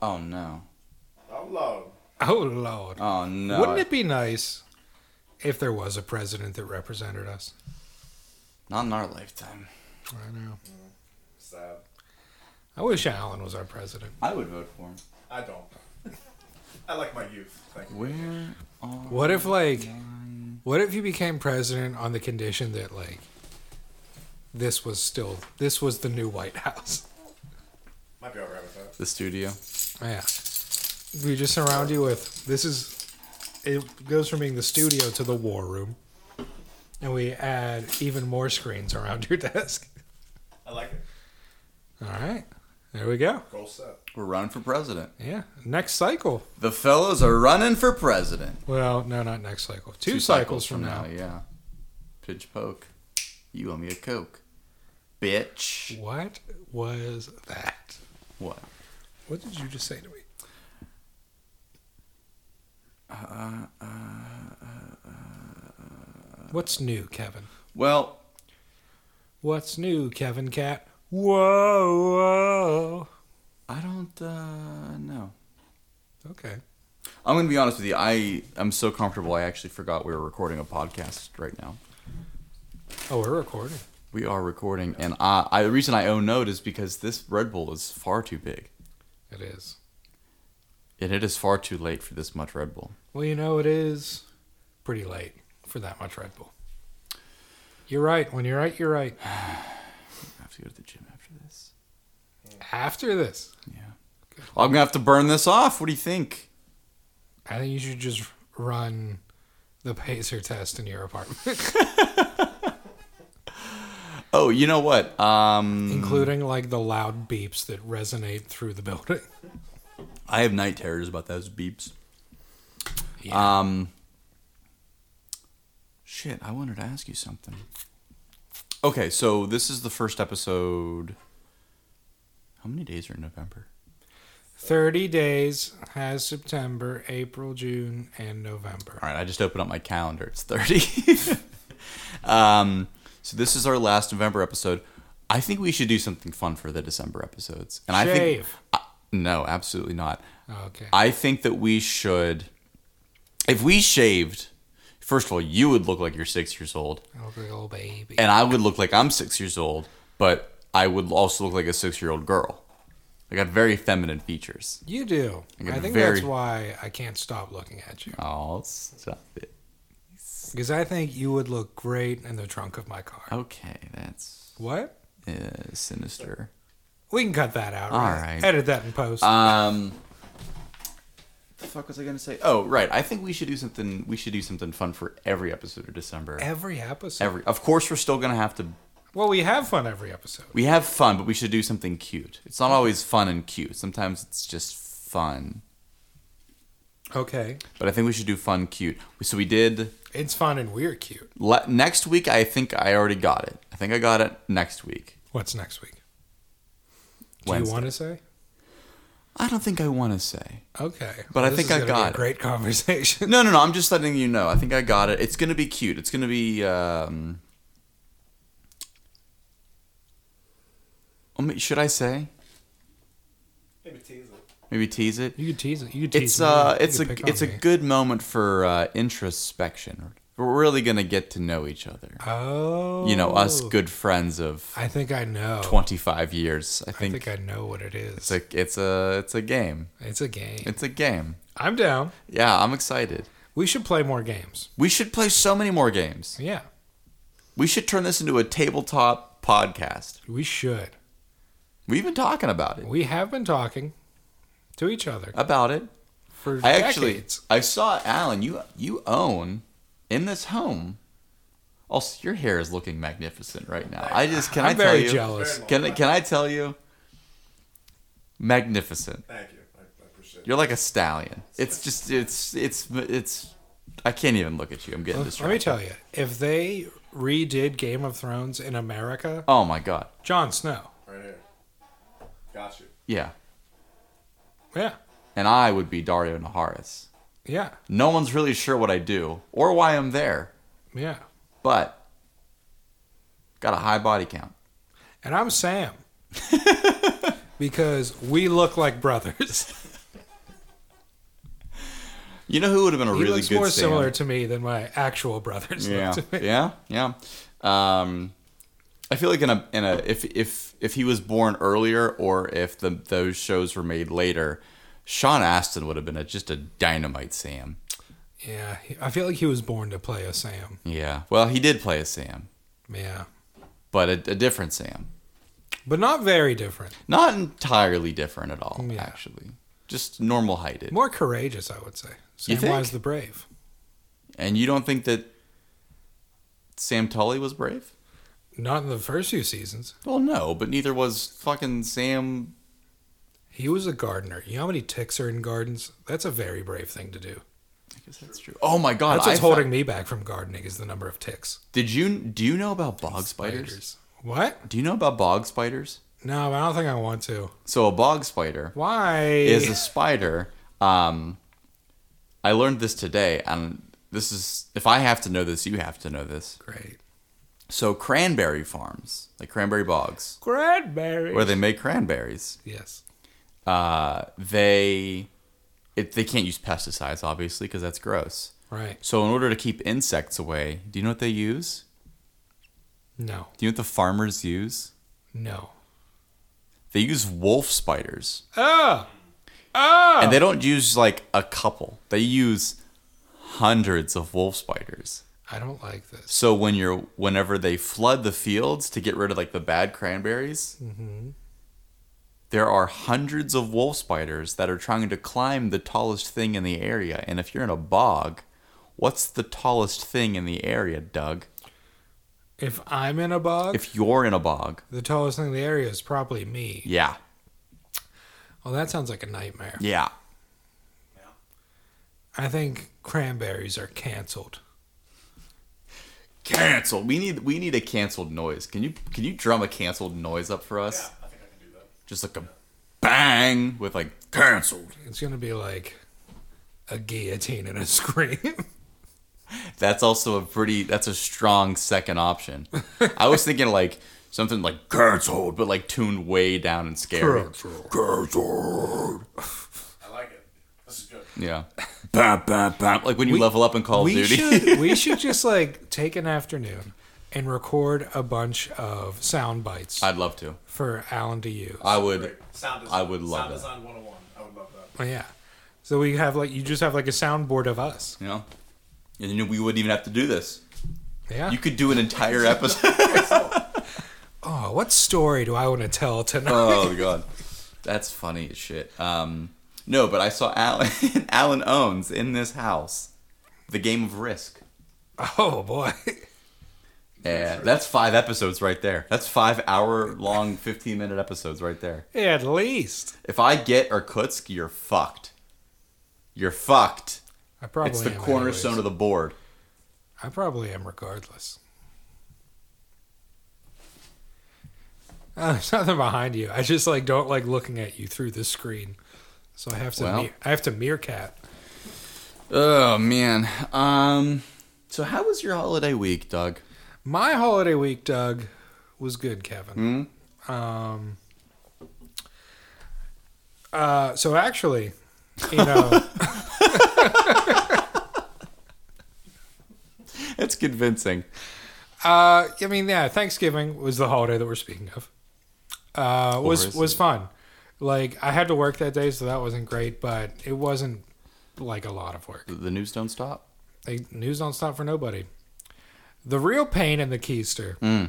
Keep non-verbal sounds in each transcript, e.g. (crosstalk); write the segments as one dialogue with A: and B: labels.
A: Oh no.
B: Oh Lord.
C: Oh lord.
A: Oh no.
C: Wouldn't it be nice if there was a president that represented us?
A: Not in our lifetime.
C: I know.
B: Sad.
C: I wish Alan was our president.
A: I would vote for him.
B: I don't. I like my youth. Thank you.
A: Where are
C: What if like what if you became president on the condition that like this was still this was the new White House? (laughs)
B: Might be alright with that.
A: the studio?
C: Yeah. We just surround you with this is it goes from being the studio to the war room. And we add even more screens around your (laughs) desk.
B: I like it.
C: All right. There we go.
B: Goal set.
A: We're running for president.
C: Yeah. Next cycle.
A: The fellas are running for president.
C: Well, no, not next cycle. Two, cycles, from, now.
A: Yeah. Pitch poke. You owe me a coke, bitch.
C: What was that?
A: What?
C: What did you just say to me? What's new, Kevin?
A: Well,
C: What's new, Kevin Cat? Whoa, whoa.
A: I don't uh, know.
C: Okay.
A: I'm gonna be honest with you. I am so comfortable. I actually forgot we were recording a podcast right now.
C: Oh, we're recording.
A: We are recording, and I, I the reason I owe note is because this Red Bull is far too big,
C: It is.
A: and it is far too late for this much Red Bull.
C: Well, you know, it is pretty late for that much Red Bull. You're right. When you're right, you're right.
A: I have to go to the gym after this.
C: After this,
A: Yeah.
C: Good.
A: I'm gonna have to burn this off. What do you think?
C: I think you should just run the pacer test in
A: (laughs)
C: your
A: Hmm.
C: apartment,
A: Oh, you know what? Um,
C: including like the loud beeps that resonate through the building. (laughs)
A: I have night terrors about those beeps.
C: Yeah.
A: Um, shit, I wanted to ask you something. Okay, so this is the first episode. How many days are in November?
C: 30 days has September, April, June, and November.
A: All right, I just opened up my calendar. It's 30. (laughs) um, so this is our last November episode. I think we should do something fun for the December episodes. And I think
C: Shave.
A: I- no, absolutely not.
C: Okay.
A: I think that we should if we shaved, first of all, you would look like you're 6 years old.
C: Little Oh, baby.
A: and I would look like I'm six years old, but I would also look like a six year old girl. I got very feminine features.
C: You do.
A: I get
C: I think
A: very-
C: that's why I can't stop looking at you.
A: Oh, stop it.
C: Because I think you would look great in the trunk of my car.
A: Okay, that's
C: What?
A: uh, sinister.
C: We can cut that out.
A: All
C: right?
A: right.
C: Edit that in post.
A: Um, the fuck was I gonna say? Oh, right. I think we should do something. We should do something fun for every episode of December.
C: every episode.
A: Every, of course, we're still gonna have to.
C: well, we have fun every episode.
A: We have fun, but we should do something cute. It's not always fun and cute. Sometimes it's just fun.
C: Okay.
A: But I think we should do fun, cute. So we did
C: It's fun and we're cute.
A: Le- next week, I think I already got it. I think I got it next week.
C: What's next week? Do
A: Wednesday.
C: you want to say?
A: I don't think I want to say.
C: Okay.
A: But I think I
C: is gonna be
A: got
C: a
A: it.
C: great (laughs) conversation.
A: No, no, no. I'm just letting you know. I think I got it. It's gonna be cute. It's gonna be. Um, I mean, oh, should I say?
B: Maybe tease it.
A: Maybe tease it.
C: You could tease it. You could tease
A: It's
C: me.
A: uh,
C: You
A: it's
C: could
A: a
C: pick
A: it's a
C: on me.
A: good moment for uh, introspection. We're really gonna get to know each other.
C: Oh.
A: You know, us good friends of
C: I think I know.
A: 25 years. I
C: I
A: think,
C: think I know what it is.
A: it's a it's a it's a game.
C: It's a game.
A: It's a game.
C: I'm down.
A: Yeah, I'm excited.
C: We should play more games.
A: We should play so many more games.
C: Yeah,
A: We should turn this into a tabletop podcast.
C: we should.
A: We've been talking about it.
C: We have been talking to each other
A: About it.
C: for
A: I actually
C: decades.
A: I saw Alan, you you own in this home. Also, your hair is looking magnificent right now. I just can
C: I'm
A: I
C: very
A: tell you
C: jealous.
A: Can I- can I tell you? Magnificent.
B: Thank you. I, I appreciate it.
A: You're like a stallion. It's just it's it's it's I can't even look at you. I'm getting
C: Let me
A: distracted.
C: tell you, if they redid Game of Thrones in America,
A: Oh my god.
C: Jon Snow,
B: Right here. Got you.
A: Yeah.
C: yeah,
A: And I would be Dario Naharis.
C: yeah,
A: No one's really sure what I do or why I'm there,
C: yeah.
A: but got a high body count.
C: And I'm Sam. because we look like brothers.
A: You know who would have been a (laughs)
C: He
A: really
C: looks
A: good
C: more
A: Sam?
C: similar to me than my actual brothers.
A: (laughs)
C: look
A: yeah,
C: to me.
A: yeah, yeah. Um, I feel like in a in a if if if he was born earlier or if the those shows were made later, Sean Astin would have been a, just a dynamite Sam.
C: Yeah, he- I feel like he was born to play a Sam.
A: Yeah. Well, he did play a Sam,
C: Yeah.
A: but a, a different Sam.
C: But not very different.
A: Not entirely different at all,
C: Yeah.
A: actually. Just normal heighted.
C: More courageous, I would say.
A: You
C: Sam
A: think?
C: Wise the Brave.
A: And you don't think that Sam Tully was brave?
C: Not in the first few seasons.
A: Well, no, but neither was fucking Sam.
C: He was a gardener. You know how many ticks are in gardens? That's a very brave thing to do.
A: I guess that's true. Oh my god!
C: That's what's
A: I thought-
C: holding me back from gardening is the number of ticks.
A: Did you do you know about bog spiders?
C: What?
A: Do you know about bog spiders?
C: No, but I don't think I want to.
A: So a bog spider
C: Why?
A: is a spider. Um, I learned this today, and this is if I have to know this, you have to know this.
C: great.
A: So cranberry farms, like cranberry bogs,
C: Cranberry.
A: where they make cranberries,
C: yes.
A: uh, they it, they can't use pesticides, obviously, because that's gross.
C: Right.
A: So in order to keep insects away, do you know what they use?
C: No.
A: Do you know what the farmers use?
C: No.
A: They use wolf spiders.
C: Ah. Ah.
A: And they don't use like a couple. They use hundreds of wolf spiders.
C: I don't like this.
A: So when you're whenever they flood the fields to get rid of like the bad cranberries,
C: Mm-hmm.
A: there are hundreds of wolf spiders that are trying to climb the tallest thing in the area. And if you're in a bog, what's the tallest thing in the area, Doug?
C: If I'm in a bog,
A: If you're in a bog.
C: the tallest thing in the area is probably me.
A: Yeah.
C: Well, that sounds like a nightmare.
A: Yeah.
C: I think cranberries are canceled.
A: Cancel. We need we need a canceled noise. Can you can you drum a canceled noise up for us?
B: I think I can do that.
A: just like a bang with like canceled.
C: It's gonna be like a guillotine and a (laughs) scream.
A: That's also a pretty. That's a strong second
C: (laughs)
A: option. I was thinking like something like canceled, but like tuned way down and scary. Canceled.
B: I like it. This is good.
C: (laughs)
A: Yeah. bam, bam, bam. Like when you
C: We-
A: level up in Call of
C: we
A: Duty.
C: (laughs) should we should just like take an afternoon and record a bunch of sound
A: (laughs)
C: bites
A: I'd love to.
C: for Alan to use.
A: I would.
B: Great. Sound design.
A: I would love
B: Sound
A: that.
B: design 101. I would love that.
C: Oh, yeah. So we have like you just have like a soundboard of us.
A: You know. And then we wouldn't even have to do this.
C: Yeah.
A: You could do an
C: (laughs)
A: entire episode.
C: oh, what story do I want to tell tonight?
A: oh god, that's funny as shit. Um, no, but I saw Alan (laughs) Alan Owens in this house, the game of Risk.
C: (laughs) oh boy.
A: Yeah, that's five episodes right there. That's five hour long, 15 minute episodes right there.
C: At least.
A: If I get Irkutsk, you're fucked. You're fucked.
C: I probably
A: it's the
C: am
A: cornerstone
C: anyways.
A: of the board.
C: I probably am regardless. Uh, there's nothing behind you. I just like don't like looking at you through the screen. So I have to
A: Well.
C: me- I have to meerkat.
A: Oh, man. Um, so, how was your holiday week, Doug?
C: My holiday week, Doug, was good, Kevin.
A: Hmm?
C: Um, uh, so actually,
A: (laughs)
C: you know,
A: It's convincing.
C: uh, I mean, yeah, Thanksgiving was the holiday that we're speaking of. Uh, was
A: is
C: was
A: it?
C: fun. Like I had to work that day, so that wasn't great, but it wasn't like a lot of work.
A: The news don't stop.
C: Like, news don't stop for nobody. The real pain in the keister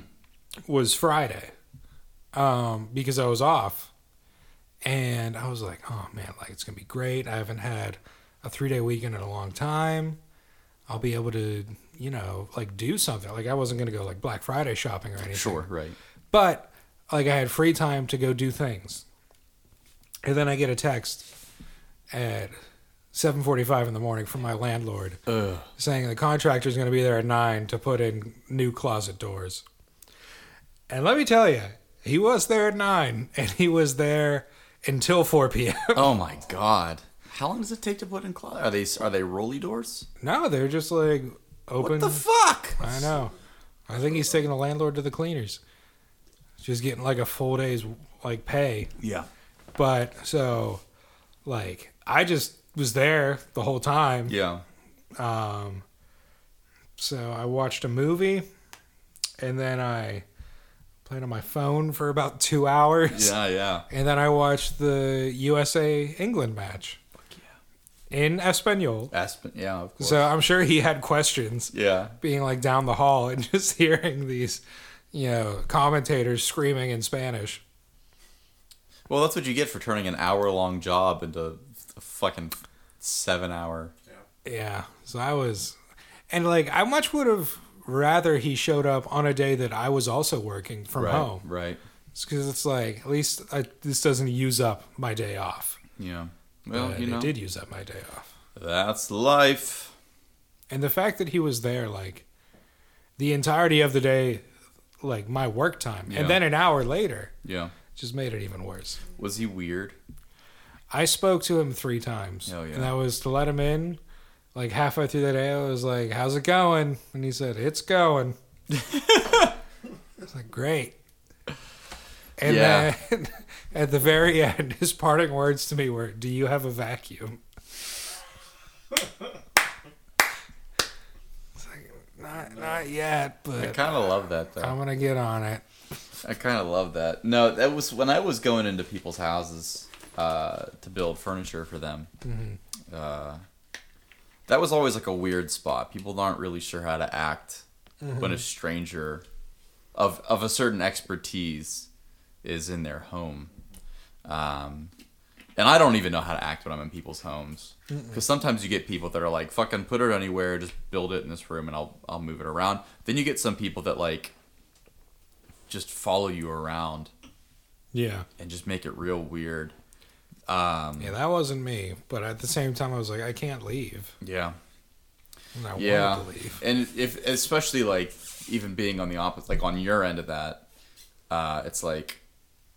C: was Friday um, because I was off, and I was like, "Oh man, like it's gonna be great. I haven't had a three day weekend in a long time. I'll be able to, you know, like do something. Like I wasn't gonna go like Black Friday shopping or anything.
A: Sure, right.
C: But like I had free time to go do things. And then I get a text at 7:45 in the morning from my landlord
A: Ugh.
C: saying the contractor's going to be there at 9 to put in new closet doors. And let me tell you, he was there at 9 and he was there until 4 p.m. (laughs)
A: Oh, my God. How long does it take to put in closet? Are they are they rolly doors?
C: no, they're just like
A: What
C: open
A: the fuck?
C: I know. I think he's taking the landlord to the cleaners. She was getting like a full day's like pay.
A: Yeah.
C: But so, like, I just was there the whole time.
A: Yeah.
C: Um, so I watched a movie, and then I played on my phone for about two hours,
A: Yeah. Yeah.
C: and then I watched the USA England match in Espanol.
A: Aspen. Yeah. Of course.
C: So I'm sure he had questions
A: yeah.
C: being like down the hall and (laughs) just hearing these, you know, commentators screaming in Spanish.
A: Well, that's what you get for turning an hour long job into a fucking seven hour.
C: Yeah. So I was, and like, I much would have rather he showed up on a day that I was also working from
A: Right.
C: home.
A: Right.
C: because it's like at least I, this doesn't use up my day off.
A: Yeah. Well,
C: But
A: you know,
C: it did use up my day off,
A: that's life.
C: and the fact that he was there like the entirety of the day, like my work time,
A: Yeah.
C: and then an hour later,
A: Yeah.
C: just made it even worse.
A: Was he weird?
C: I spoke to him three times,
A: Oh, yeah.
C: and that was to let him in. Like halfway through the day, I was like, "How's it going?" And he said,
A: (laughs)
C: "It's going." It's like, "Great." And
A: Yeah.
C: then (laughs) at the very end, his parting words to me were, "Do you have a vacuum?" (laughs) It's like, not, not yet,
A: I
C: but
A: kind of love that though.
C: I'm gonna get on it.
A: I kind of love that. No, that was when I was going into people's houses uh, to build furniture for them. Uh, that was always like a weird spot. People aren't really sure how to act when a stranger of of a certain expertise is in their home. Um, and I don't even know how to act when I'm in people's homes because sometimes you get people that are like, "Fucking put it anywhere, just build it in this room, and I'll I'll move it around." Then you get some people that like just follow you around
C: Yeah,
A: and just make it real weird.
C: yeah, that wasn't me. But at the same time, I was like, I can't leave.
A: Yeah.
C: And I
A: Yeah.
C: wanted to leave.
A: And if especially like even being on the opposite like on your end of that, uh, it's like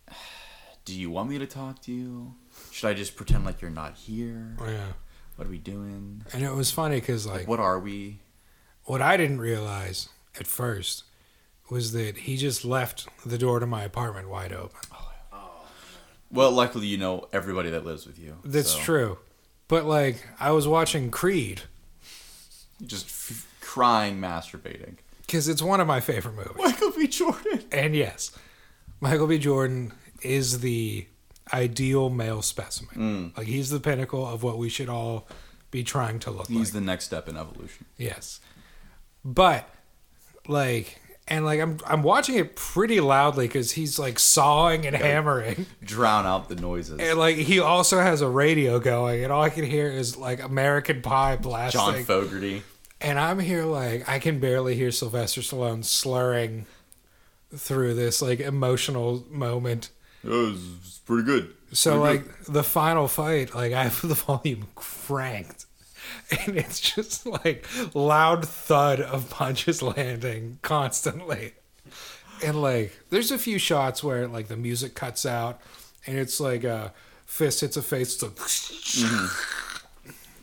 A: (sighs) do you want me to talk to you? Should I just pretend like you're not here?
C: Yeah.
A: What are we doing?
C: And it was funny because, like,
A: What are we?
C: what I didn't realize at first was that he just left the door to my apartment wide open.
A: Well, luckily you know everybody that lives with you.
C: That's
A: so
C: true. But, like, I was watching Creed
A: Just f- crying, masturbating.
C: (laughs) because it's one of my favorite movies.
A: Michael B. Jordan.
C: And yes, Michael B. Jordan is the ideal male specimen.
A: Mm.
C: Like, he's the pinnacle of what we should all be trying to look
A: He's
C: like.
A: the next step in evolution.
C: Yes. But like and like I'm I'm watching it pretty loudly cuz he's like sawing and hammering.
A: Drown out the noises.
C: And like he also has a radio going and all I can hear is like American Pie blasting.
A: John Fogerty.
C: and I'm here like I can barely hear Sylvester Stallone slurring through this like emotional moment.
A: It was pretty good.
C: So like the final fight, like I have the volume cranked. (laughs) And it's just like loud thud of punches landing constantly. And like there's a few shots where like the music cuts out and it's like a fist hits a face so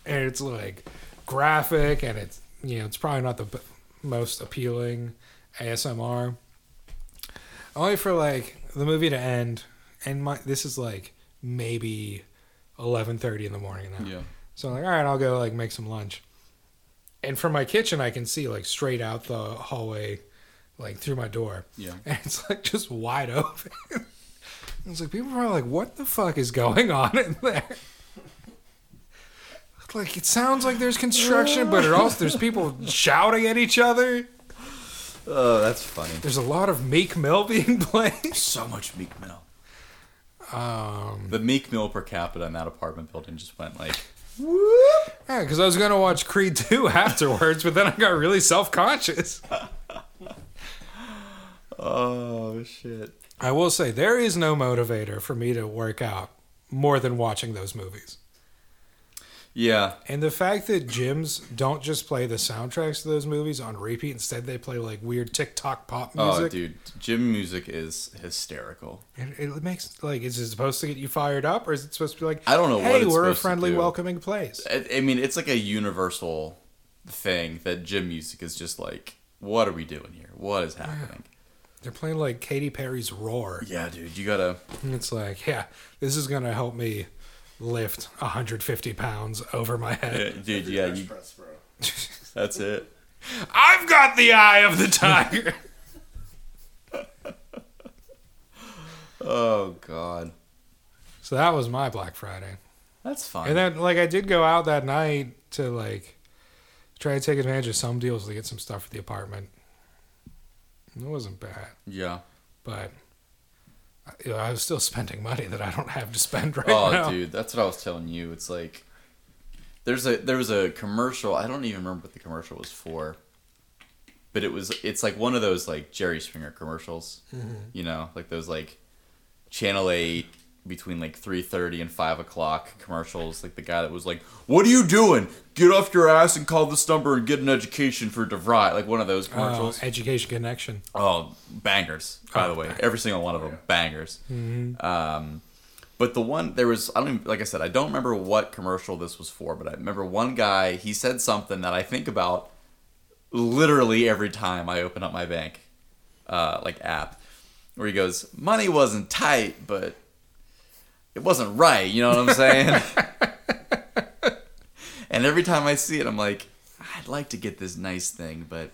C: and it's like graphic and it's you know it's probably not the b- most appealing ASMR only for like the movie to end and my this is like maybe 11:30 in the morning now.
A: Yeah.
C: So I'm like all right, I'll go like make some lunch. And from my kitchen I can see like straight out the hallway like through my door.
A: Yeah.
C: (laughs) And it's like just wide open. (laughs) I was like people are like what the fuck is going on in there? (laughs) Like it sounds like there's construction, but it also there's people shouting at each other.
A: Oh, that's funny.
C: There's a lot of Meek Mill being (laughs) played.
A: So much Meek Mill.
C: Um,
A: The Meek Mill per capita in that apartment building just went like,
C: yeah, because I was gonna watch Creed 2 (laughs) afterwards, but then I got really self conscious.
A: oh shit.
C: (laughs) I will say there is no motivator for me to work out more than watching those movies.
A: Yeah,
C: And the fact that gyms don't just play the soundtracks to those movies on repeat, instead they play like weird TikTok pop
A: oh
C: music.
A: dude, gym music is hysterical.
C: it, it makes like is it supposed to get you fired up, or is it supposed to be like
A: I don't know what
C: Hey,
A: it's
C: we're a
A: supposed to
C: friendly,
A: do."
C: welcoming place.
A: I, I mean, it's like a universal thing that gym music is just like, what are we doing here? What is happening?
C: They're playing like Katy Perry's Roar.
A: Yeah, dude, you gotta.
C: And it's like, yeah, this is gonna help me lift 150 pounds over my head.
A: Dude, yeah,
B: bench
A: you,
B: press, bro.
A: that's it.
C: I've got the eye of the tiger. (laughs)
A: Oh God,
C: so that was my Black Friday.
A: that's fine.
C: And then like I did go out that night to like try to take advantage of some deals to get some stuff for the apartment. It wasn't bad,
A: yeah.
C: but you know, I was still (laughs) spending money that I don't have to spend (laughs) right
A: Oh,
C: now.
A: dude, that's what I was telling you. It's like there's a there was a commercial. I don't even remember what the commercial was for, but it was it's like one of those like Jerry Springer commercials. You know, like those like Channel Eight between like three thirty and five o'clock commercials. Like the guy that was like, "What are you doing? Get off your ass and call this number and get an education for DeVry." Like one of those
C: Uh,
A: commercials.
C: education connection.
A: Oh, bangers! By
C: Oh,
A: the way, every single one of them bangers. Um, but the one there was, I don't even, like I said, I don't remember what commercial this was for, but I remember one guy. He said something that I think about literally every time I open up my bank, uh, like app, where he goes, "Money wasn't tight, but it wasn't right." You know what I'm saying? and every time I see it, I'm like, I'd like to get this nice thing, but.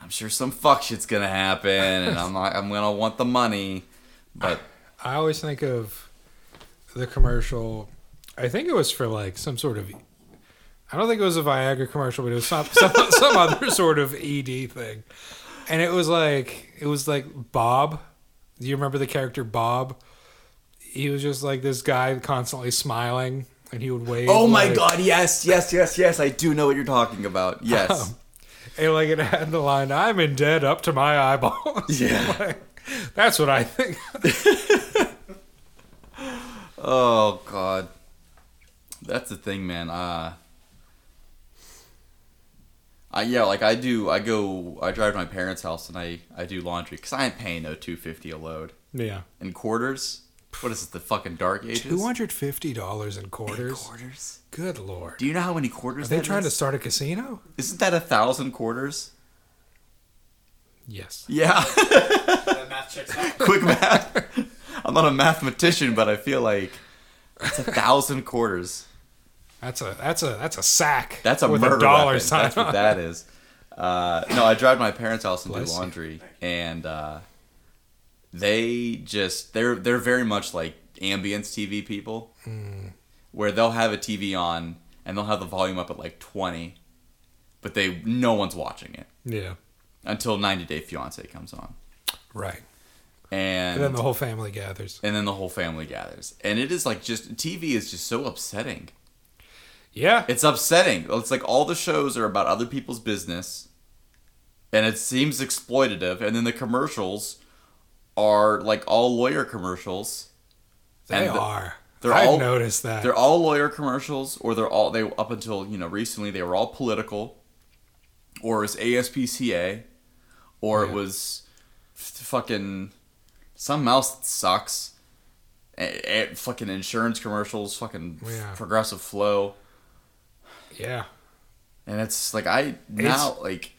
A: I'm sure some fuck shit's gonna happen, and I'm not, I'm gonna want the money. But
C: I always think of the commercial. I think it was for like some sort of. e, I don't think it was a Viagra commercial, but it was some (laughs) some, some other sort of ED thing, and it was like it was like Bob. Do you remember the character Bob? He was just like this guy constantly smiling, and he would wave.
A: (laughs) oh my
C: like-
A: god, yes, yes, yes, yes, I do know what you're talking about. (laughs) Yes,
C: And like it had the line, "I'm in debt up to my eyeballs."
A: Yeah.
C: (laughs) Like, that's what I think. (laughs)
A: oh god, that's the thing, man. Uh, I yeah, like I do. I go. I drive to my parents' house and I I do laundry because I ain't paying no two fifty a load
C: Yeah,
A: in quarters. What is it? The fucking dark ages.
C: two hundred fifty dollars in
A: In
C: quarters.
A: quarters.
C: Good lord.
A: Do you know how many quarters?
C: Are they
A: that
C: trying to
A: is?
C: start a casino?
A: Isn't that a thousand quarters?
C: Yes.
A: Yeah.
B: That math checks
A: (laughs)
B: out.
A: quick math. I'm not a mathematician, but I feel like it's a thousand quarters.
C: That's a that's a that's a sack.
A: That's a
C: with
A: murder
C: a dollar
A: weapon.
C: sign.
A: That's what
C: on it.
A: that is. Uh, no, I drive to my parents' house and
C: Bless
A: do
C: you.
A: laundry, and uh, they just they're they're very much like ambience TV people,
C: Hmm.
A: where they'll have a TV on and they'll have the volume up at like 20, but they no one's watching it
C: Yeah.
A: until 90 Day Fiance comes on,
C: Right.
A: and
C: And then the whole family gathers.
A: and then the whole family gathers and it is like just tv is just so upsetting
C: Yeah.
A: it's upsetting it's like all the shows are about other people's business and it seems exploitative and then the commercials are like all lawyer commercials
C: they
A: and the-
C: are.
A: they're
C: I've
A: all-
C: noticed that.
A: they're all lawyer commercials or they're all they up until you know recently they were all political or it was aspca or it
C: Yeah.
A: was f- fucking something else that sucks A- a- fucking insurance commercials fucking f-
C: Yeah.
A: progressive flow
C: yeah.
A: and it's like i now like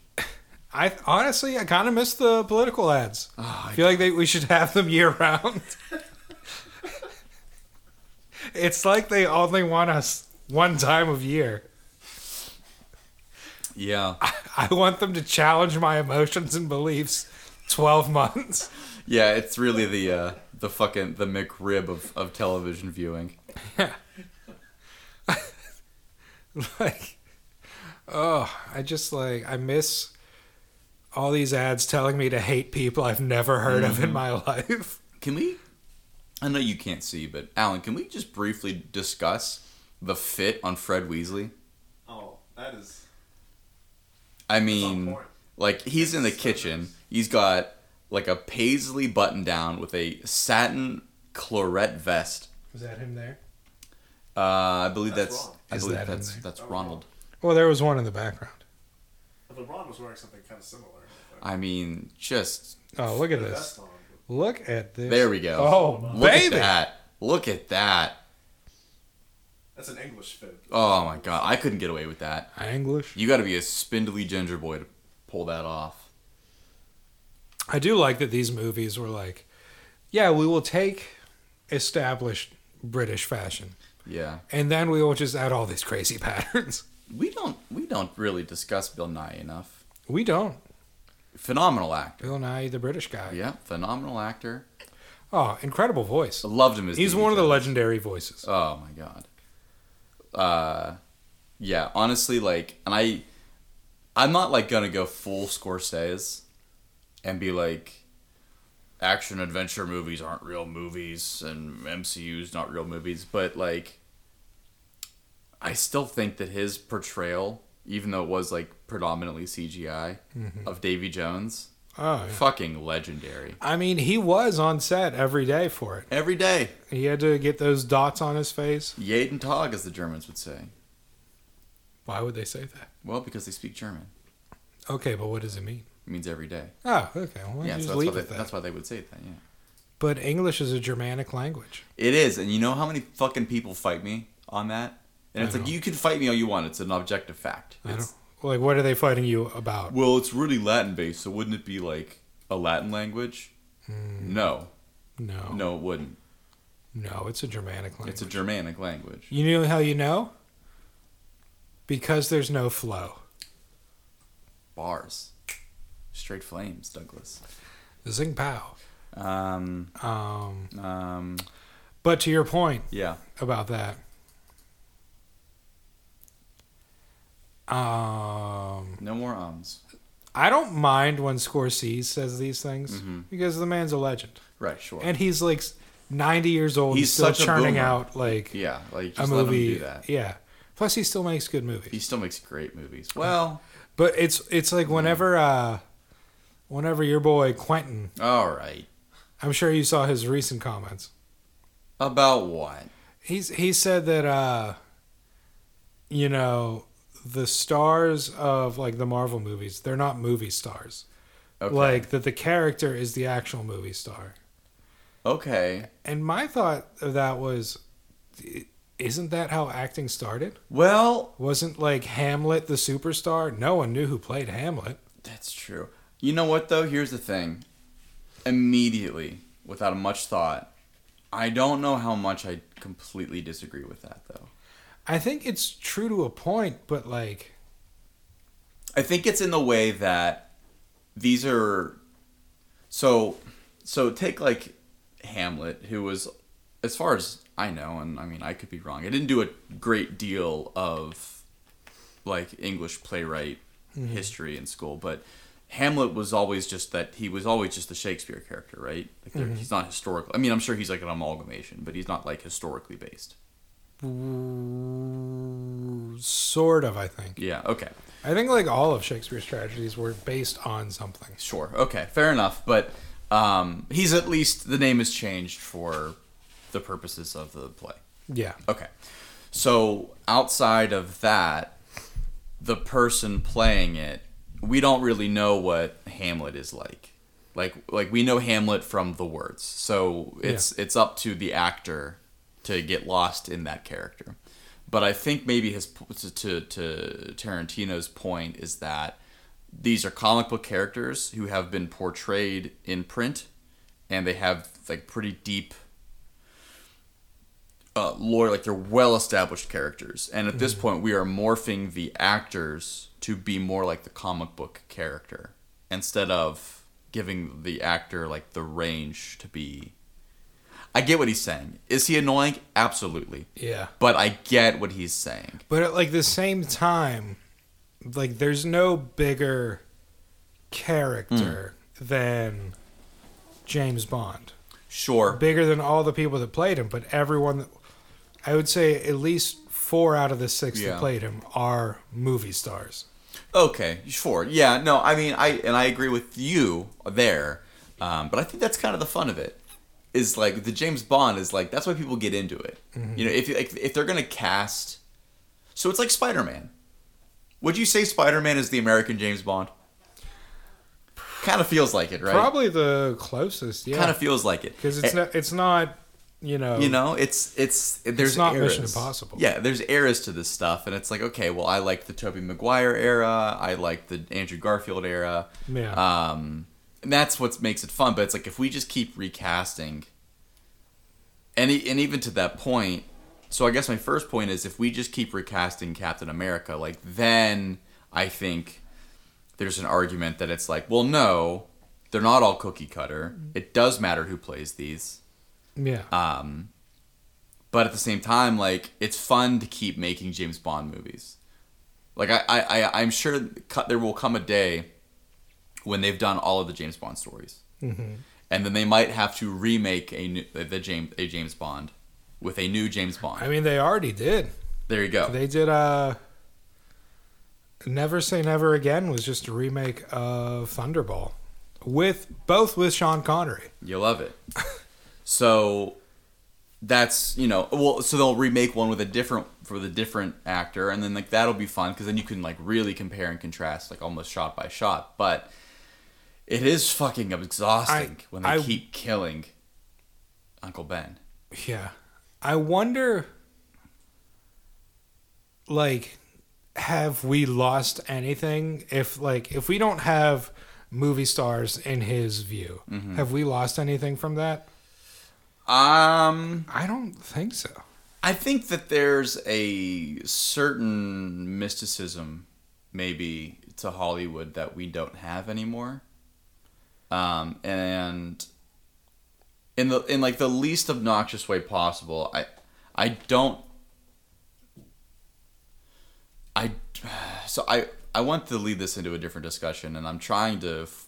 C: I honestly I kind of miss the political ads.
A: Ah,
C: I feel like they, we should have them year round. (laughs) it's like they only want us one time of year.
A: yeah
C: I want them to challenge my emotions and beliefs. Twelve months.
A: yeah it's really the uh the fucking the mcrib of of television viewing
C: (laughs) like oh i just like i miss all these ads telling me to hate people i've never heard of
A: Mm-hmm.
C: in my life
A: Can we? I know you can't see, but Alan, can we just briefly discuss the fit on Fred Weasley?
B: Oh, that is.
A: I
B: on
A: mean,
B: point.
A: like he's in the kitchen. He's got like a paisley button down with a satin claret vest.
C: was that him there
A: Uh, I believe
B: That's
A: that's,
B: Ron.
A: I
C: Is
A: believe
C: that in
A: that's
C: there?
A: that's
B: Oh,
A: Ronald.
C: well there was one in the background
B: Although Ron was wearing something kind of similar. but
A: I mean, just
C: oh look at
B: the
C: this
B: vest on,
C: look at this
A: there we go.
C: oh
A: Look
C: baby
A: at that! Look at that!
B: That's an English fit.
A: Oh my god, I couldn't get away with that.
C: english
A: You got to be a spindly ginger boy to pull that off.
C: I do like that these movies were like, yeah, we will take established British fashion
A: Yeah.
C: and then we will just add all these crazy (laughs) patterns.
A: We don't we don't really discuss Bill Nye enough.
C: We don't.
A: Phenomenal actor.
C: Bill Nye, the British guy.
A: Yeah, phenomenal actor.
C: Oh, incredible voice.
A: Loved him as
C: He's
A: Davy
C: one of the
A: Jones.
C: legendary voices.
A: Oh my god. Uh yeah, honestly like and I I'm not like gonna go full Scorsese and be like action adventure movies aren't real movies and MCU's not real movies, but like I still think that his portrayal, even though it was like predominantly CGI of Davy Jones,
C: Oh, yeah.
A: fucking legendary.
C: I mean, he was on set every day for it.
A: Every day.
C: He had to get those dots on his face.
A: Jeden Tag as the Germans would say.
C: Why would they say that?
A: Well, because they speak German.
C: Okay, but what does it mean?
A: It means every day.
C: Oh, okay. Well, why don't
A: yeah,
C: you
A: so
C: just
A: that's why,
C: leave
A: they,
C: it that?
A: that's why they would say that. Yeah,
C: But English is a Germanic language.
A: it is, and you know how many fucking people fight me on that, and
C: I
A: it's like
C: know.
A: you can fight me all you want. It's an objective fact.
C: I
A: It's,
C: don't- Like, what are they fighting you about?
A: well, it's really Latin based, so wouldn't it be like a Latin language?
C: Hmm.
A: No,
C: No, no,
A: no, it wouldn't.
C: it's a Germanic Oh. language.
A: It's a Germanic language.
C: You know how you know? Because there's no flow.
A: Bars, straight flames, Douglas.
C: Zing pow.
A: Um,
C: Um,
A: um,
C: but to your point
A: yeah,
C: about that, um,
A: no more ums.
C: I don't mind when Scorsese says these things
A: Mm-hmm.
C: because the man's a legend,
A: Right, sure.
C: and he's like 90 years old.
A: He's
C: He's still
A: such a
C: churning
A: boomer.
C: out like
A: yeah, like
C: a
A: just let him
C: movie.
A: do that.
C: Yeah. Plus, he still makes good movies.
A: He still makes great movies. Well,
C: But it's it's like whenever
A: Mm-hmm.
C: uh, whenever your boy Quentin,
A: all right.
C: I'm sure you saw his recent comments.
A: About what?
C: He's he said that uh, you know the stars of like the Marvel movies, they're not movie stars.
A: Okay.
C: Like that the character is the actual movie star.
A: okay.
C: And my thought of that was, i- isn't that how acting started?
A: Well,
C: Wasn't like Hamlet the superstar? No one knew who played Hamlet.
A: that's true. You know what though? Here's the thing. Immediately, without much thought, I don't know how much I completely disagree with that though.
C: I think it's true to a point, but like,
A: I think it's in the way that these are so so take like Hamlet who was as far as I know and I mean I could be wrong. I didn't do a great deal of like English playwright history in school, but Hamlet was always just that he was always just the Shakespeare character, right? Like there he's not historical. I mean, I'm sure he's like an amalgamation, but he's not like historically based.
C: w- sort of. I think.
A: Yeah, okay.
C: I think like all of Shakespeare's tragedies were based on something.
A: Sure. Okay. Fair enough. But um, he's at least the name is changed for the purposes of the play.
C: Yeah.
A: Okay. So outside of that, the person playing it, we don't really know what Hamlet is like. Like like we know Hamlet from the words. So it's it's up to the actor to get lost in that character. But I think maybe his p- to, to to Tarantino's point is that these are comic book characters who have been portrayed in print and they have like pretty deep uh, lore, like they're well established characters. And at this point, we are morphing the actors to be more like the comic book character instead of giving the actor like the range to be. I get what he's saying. Is he annoying? Absolutely.
C: Yeah.
A: But I get what he's saying.
C: But at like the same time, like there's no bigger character than James Bond.
A: Sure.
C: bigger than all the people that played him, but everyone, I would say at least four out of the six
A: Yeah.
C: that played him are movie stars.
A: Okay. Sure. Yeah. No. I mean, I and I agree with you there. Um, but I think that's kind of the fun of it. Is like the James Bond is like that's why people get into it.
C: Mm-hmm.
A: You know, if you- like, if they're gonna cast So it's like Spider Man. Would you say Spider Man is the American James Bond? Kind of feels like it, right?
C: Probably the closest, yeah, (laughs)
A: Kind of feels like it.
C: because it's
A: Eh,
C: not, it's not, you know,
A: you know, it's it's there's
C: not
A: eras.
C: Mission Impossible.
A: Yeah, there's eras to this stuff, and it's like okay, well, I like the Tobey Maguire era, I like the Andrew Garfield era.
C: Yeah.
A: Um, and that's what makes it fun. But it's like if we just keep recasting, and e- and even to that point, so I guess my first point is if we just keep recasting Captain America, like then I think there's an argument that it's like, well, no, they're not all cookie cutter. It does matter who plays these,
C: Yeah.
A: uh. but at the same time, like it's fun to keep making James Bond movies. Like I I, I I'm sure cut there will come a day when they've done all of the James Bond stories. and then they might have to remake a new, the James a James Bond with a new James Bond.
C: I mean, they already did.
A: there you go.
C: They did uh Never Say Never Again was just a remake of Thunderball with both with Sean Connery.
A: you love it. so that's you know well so they'll remake one with a different for the different actor and then like that'll be fun because then you can like really compare and contrast like almost shot by shot but it is fucking exhausting
C: I-
A: when they
C: I-
A: keep killing uncle ben
C: Yeah. I wonder like have we lost anything if like if we don't have movie stars in his view
A: Mm-hmm.
C: have we lost anything from that
A: um
C: i don't think so
A: I think that there's a certain mysticism, maybe, to Hollywood that we don't have anymore. Um, and in the in like the least obnoxious way possible, I I don't I so I I want to lead this into a different discussion, and I'm trying to f-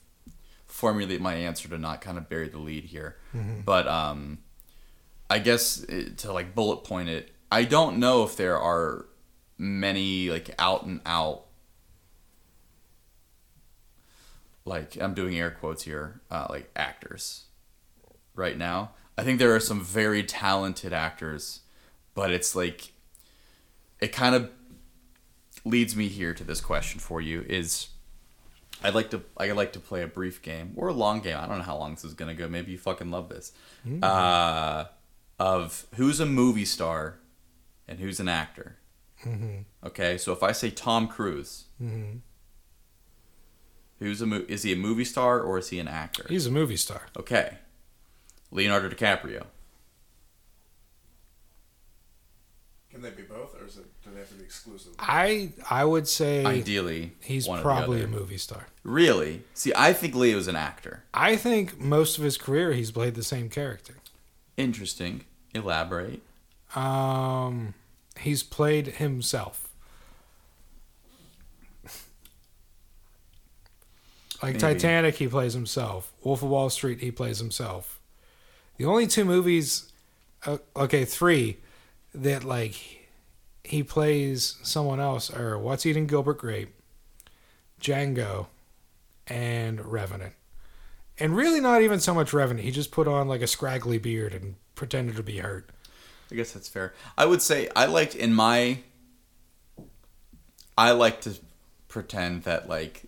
A: formulate my answer to not kind of bury the lead here, but um. I guess it, to like bullet point it, I don't know if there are many like out and out like I'm doing air quotes here, uh, like actors right now. I think there are some very talented actors, but it's like it kind of leads me here to this question for you is I'd like to I'd like to play a brief game or a long game. I don't know how long this is gonna go. Maybe you fucking love this. Uh, of who's a movie star and who's an actor. Okay, so if I say Tom Cruise, who's a mo- is he a movie star or is he an actor?
C: he's a movie star
A: Okay. Leonardo DiCaprio.
B: Can they be both, or is it? Do they have to be exclusive?
C: i i would say
A: Ideally,
C: he's
A: one or the
C: probably
A: other.
C: a movie star
A: Really? See, I think Leo's an actor.
C: I think most of his career he's played the same character.
A: Interesting. Elaborate.
C: Um, he's played himself. Like
A: Maybe.
C: Titanic, he plays himself. Wolf of Wall Street, he plays himself. The only two movies, uh, okay, three, that like he plays someone else are What's Eating Gilbert Grape, Django, and Revenant. And really, not even so much Revenant. He just put on like a scraggly beard and pretended to be hurt.
A: I guess that's fair. I would say I liked in my. I like to pretend that like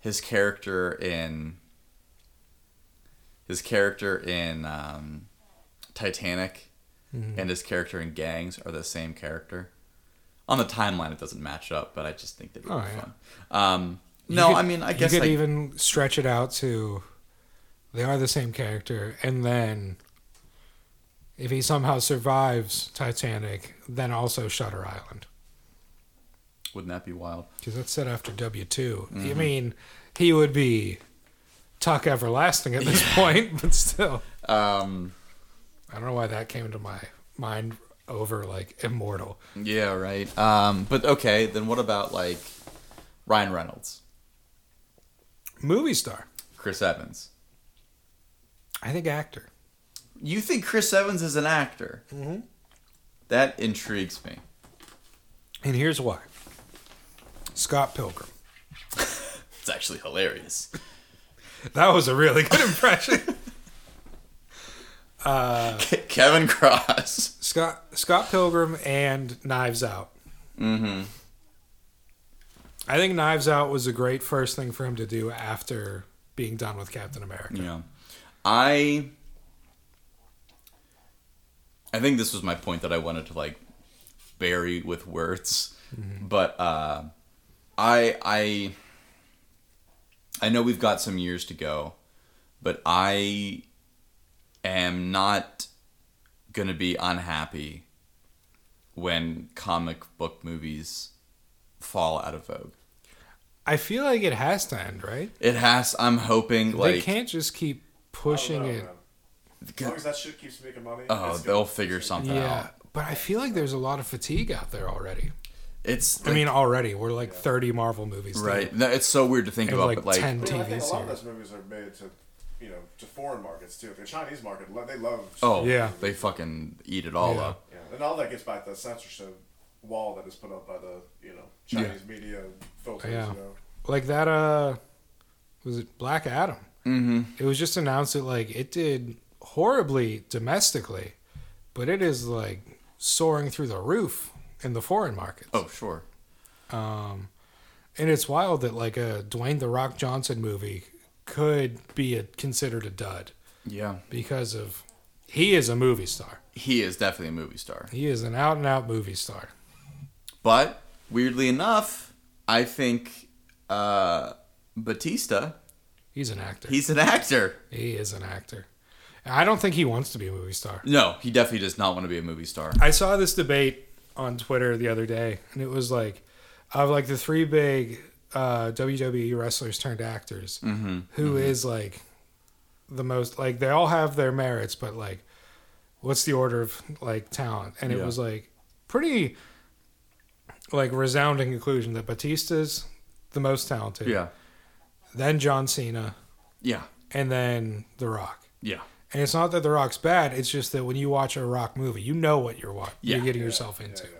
A: his character in. His character in um, Titanic,
C: Mm-hmm.
A: and his character in Gangs are the same character. On the timeline, it doesn't match up, but I just think that would
C: Oh,
A: be
C: yeah.
A: fun. Um,
C: You
A: no,
C: could-
A: I mean, I guess
C: you could
A: I,
C: even stretch it out to they are the same character, and then if he somehow survives Titanic, then also Shutter Island
A: wouldn't that be wild?
C: because that's set after W 2 I
A: Mm-hmm.
C: mean, he would be Tuck Everlasting
A: (laughs)
C: at this point, but still,
A: Um,
C: I don't know why that came into my mind over like Immortal.
A: yeah, right. Um, but okay, then what about like Ryan Reynolds,
C: Movie star,
A: Chris Evans?
C: I think actor.
A: You think Chris Evans is an actor? Mm-hmm. That intrigues me.
C: And here's why: Scott Pilgrim.
A: It's actually hilarious. (laughs)
C: That was a really good (laughs) impression.
A: Ke- Kevin Cross.
C: Scott Scott Pilgrim and Knives Out. Mm-hmm. I think Knives Out was a great first thing for him to do after being done with Captain America.
A: Yeah, I. I think this was my point that I wanted to like bury with words,
C: Mm-hmm.
A: but uh, I I. I know we've got some years to go but I am not gonna be unhappy when comic book movies fall out of vogue.
C: I feel like it has to end, right?
A: It has. I'm hoping
C: they
A: like
C: can't just keep pushing
B: I don't
C: it.
B: know, Oh, man. As long as that shit keeps making money.
A: oh
B: it's good.
A: they'll figure something
C: Yeah,
A: out.
C: but I feel like there's a lot of fatigue out there already.
A: It's
C: I
A: like-
C: mean, already we're like 30 Marvel movies. deep.
A: right. No, it's so weird to think
C: They have,
A: about,
C: like,
A: but like
C: 10
B: I mean, I think
C: TV
B: a lot of
C: series.
B: those movies are made to, you know, to foreign markets too. The Chinese market, lo- they love.
A: oh
C: Yeah.
A: they fucking eat it all
C: Yeah.
A: up.
B: Yeah, and all that gets back to the censorship wall that is put up by the you know
C: Yeah.
B: Chinese media filters.
C: Yeah.
B: You know,
C: Like that, uh, was it Black Adam?
A: Mm-hmm.
C: It was just announced that like it did horribly domestically, but it is like soaring through the roof in the foreign markets.
A: Oh sure.
C: Um, and it's wild that like a Dwayne the Rock Johnson movie could be a, considered a dud
A: Yeah.
C: because of he is a movie star.
A: He is definitely a movie star.
C: He is an out and out movie star.
A: But weirdly enough, I think uh, Batista,
C: He's an actor.
A: he's an actor.
C: he is an actor. And I don't think he wants to be a movie star.
A: No, he definitely does not want to be a movie star.
C: I saw this debate on Twitter the other day, and it was like of like the three big uh, WWE wrestlers turned actors,
A: Mm-hmm.
C: who is like the most like they all have their merits, but like what's the order of like talent? And it
A: Yeah.
C: was like pretty like resounding conclusion that Batista's the most talented,
A: Yeah.
C: then John Cena,
A: Yeah.
C: and then The Rock.
A: Yeah.
C: And it's not that The Rock's bad. It's just that when you watch a Rock movie, you know what you're watching.
A: Yeah.
C: you're getting yourself into.
B: yeah.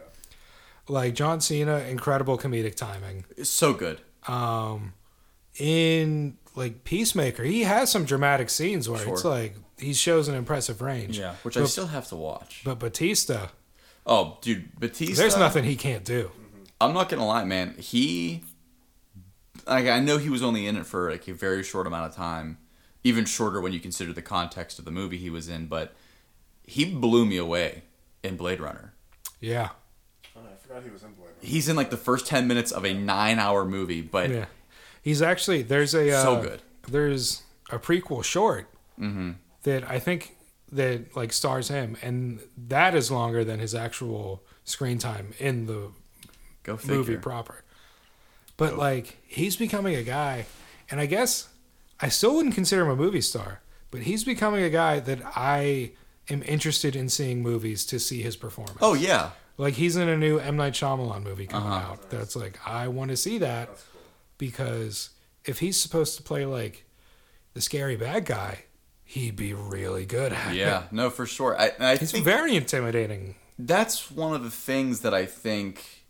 C: Like John Cena, incredible comedic timing.
A: It's so good.
C: Um, in like Peacemaker, he has some dramatic scenes where it's
A: Sure.
C: like he shows an impressive range.
A: Which I
C: But-
A: still have to watch.
C: But Batista,
A: Oh, dude, Batista.
C: there's nothing he can't do.
A: I'm not gonna lie, man. He, like, I know he was only in it for like a very short amount of time, even shorter when you consider the context of the movie he was in. But he blew me away in Blade Runner.
C: Yeah,
B: Oh, I forgot he was in Blade. Runner.
A: He's in like the first ten minutes of a nine-hour movie, but
C: yeah. He's actually there's a uh,
A: So good. Mm-hmm.
C: There's a prequel short that I think that like stars him, and that is longer than his actual screen time in the
A: go figure. Oh.
C: movie proper. But like he's becoming a guy, and I guess I still wouldn't consider him a movie star, but he's becoming a guy that I am interested in seeing movies to see his performance.
A: oh yeah,
C: like he's in a new M Night Shyamalan movie coming
A: Uh-huh.
C: out. That's like I want to see that
B: That's cool.
C: because if he's supposed to play like the scary bad guy, he'd be really good at it.
A: yeah. No, for sure. I, and I
C: He's
A: think
C: very intimidating,
A: that's one of the things that I think.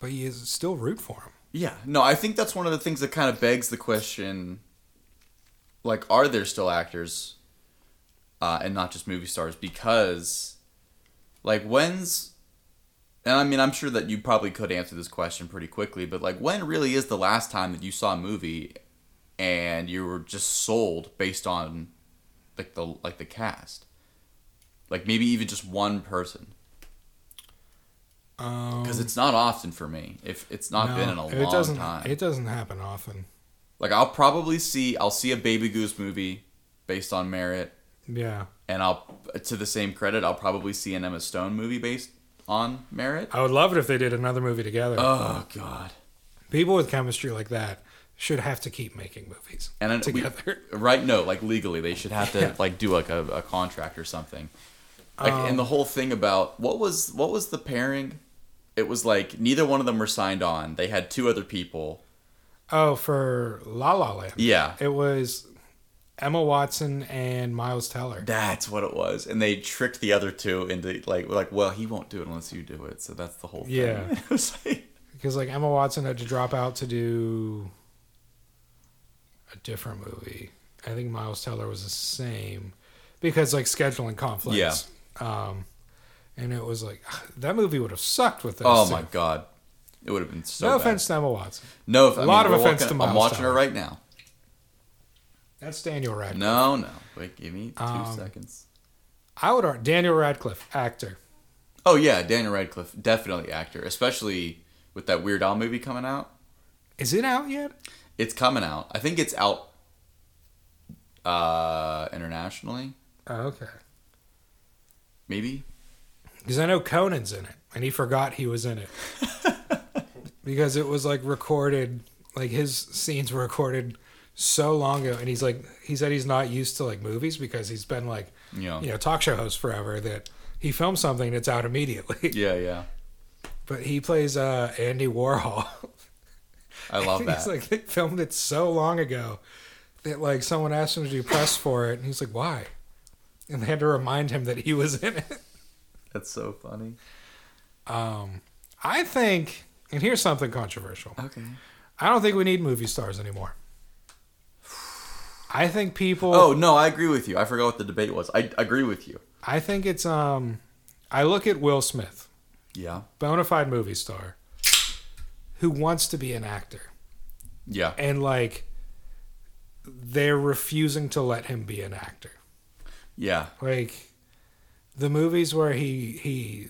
C: but you still root for him.
A: Yeah. No, I think that's one of the things that kind of begs the question like, are there still actors uh, and not just movie stars? Because, like, when's. And I mean, I'm sure that you probably could answer this question pretty quickly, but like, when really is the last time that you saw a movie and you were just sold based on like the like the cast, like maybe even just one person?
C: Um,
A: Because it's not often for me. If it's not been in a
C: no,
A: long
C: it doesn't,
A: time,
C: It doesn't happen often.
A: Like I'll probably see I'll see a Baby Goose movie based on merit,
C: Yeah.
A: and I'll to the same credit I'll probably see an Emma Stone movie based on merit.
C: I would love it if they did another movie together.
A: Oh God!
C: People with chemistry like that should have to keep making movies
A: And then we-
C: together.
A: right? No, like legally they should have to like do like a, a contract or something. Like, and the whole thing about what was what was the pairing? It was like neither one of them were signed on. They had two other people.
C: oh, for La La Land.
A: Yeah,
C: It was Emma Watson and Miles Teller.
A: that's what it was. And they tricked the other two into like like well he won't do it unless you do it. So that's the whole thing. (laughs)
C: Yeah.
A: it was like.
C: Because like Emma Watson had to drop out to do a different movie. I think Miles Teller was the same because like scheduling conflicts.
A: Yeah.
C: Um, and it was like that movie would have sucked with those.
A: Oh
C: two.
A: my god, it would have been so.
C: No
A: bad.
C: offense to Emma Watson.
A: No, if,
C: A
A: I
C: lot
A: mean,
C: of
A: we're
C: offense
A: walking-
C: to
A: I'm
C: Miles
A: watching her
C: Teller.
A: right now.
C: That's Daniel Radcliffe.
A: No, no. Wait, give me two
C: Um,
A: seconds.
C: I would argue Daniel Radcliffe, actor.
A: Oh yeah, Daniel Radcliffe, definitely actor, especially with that Weird Al movie coming out.
C: Is it out yet?
A: It's coming out. I think it's out uh, internationally,
C: Oh, okay.
A: maybe.
C: Because I know Conan's in it, and he forgot he was
A: (laughs)
C: in it because it was like recorded, like his scenes were recorded so long ago, and he's like, he said he's not used to like movies because he's been like,
A: Yeah.
C: you know, talk show host forever. That he films something and it's out immediately. (laughs)
A: Yeah, yeah.
C: But he plays uh, Andy Warhol.
A: I love that.
C: (laughs) He's like they filmed it so long ago that like someone asked him to do press for it, and he's like, why? And they had to remind him that he was in it.
A: That's so funny.
C: Um, I think, and here's something controversial.
A: Okay.
C: I don't think we need movie stars anymore. I think people.
A: Oh no, I agree with you. I forgot what the debate was. I agree with you.
C: I think it's um. I look at Will Smith,
A: Yeah.
C: bona fide movie star, who wants to be an actor,
A: Yeah.
C: and like, they're refusing to let him be an actor.
A: Yeah.
C: like the movies where he he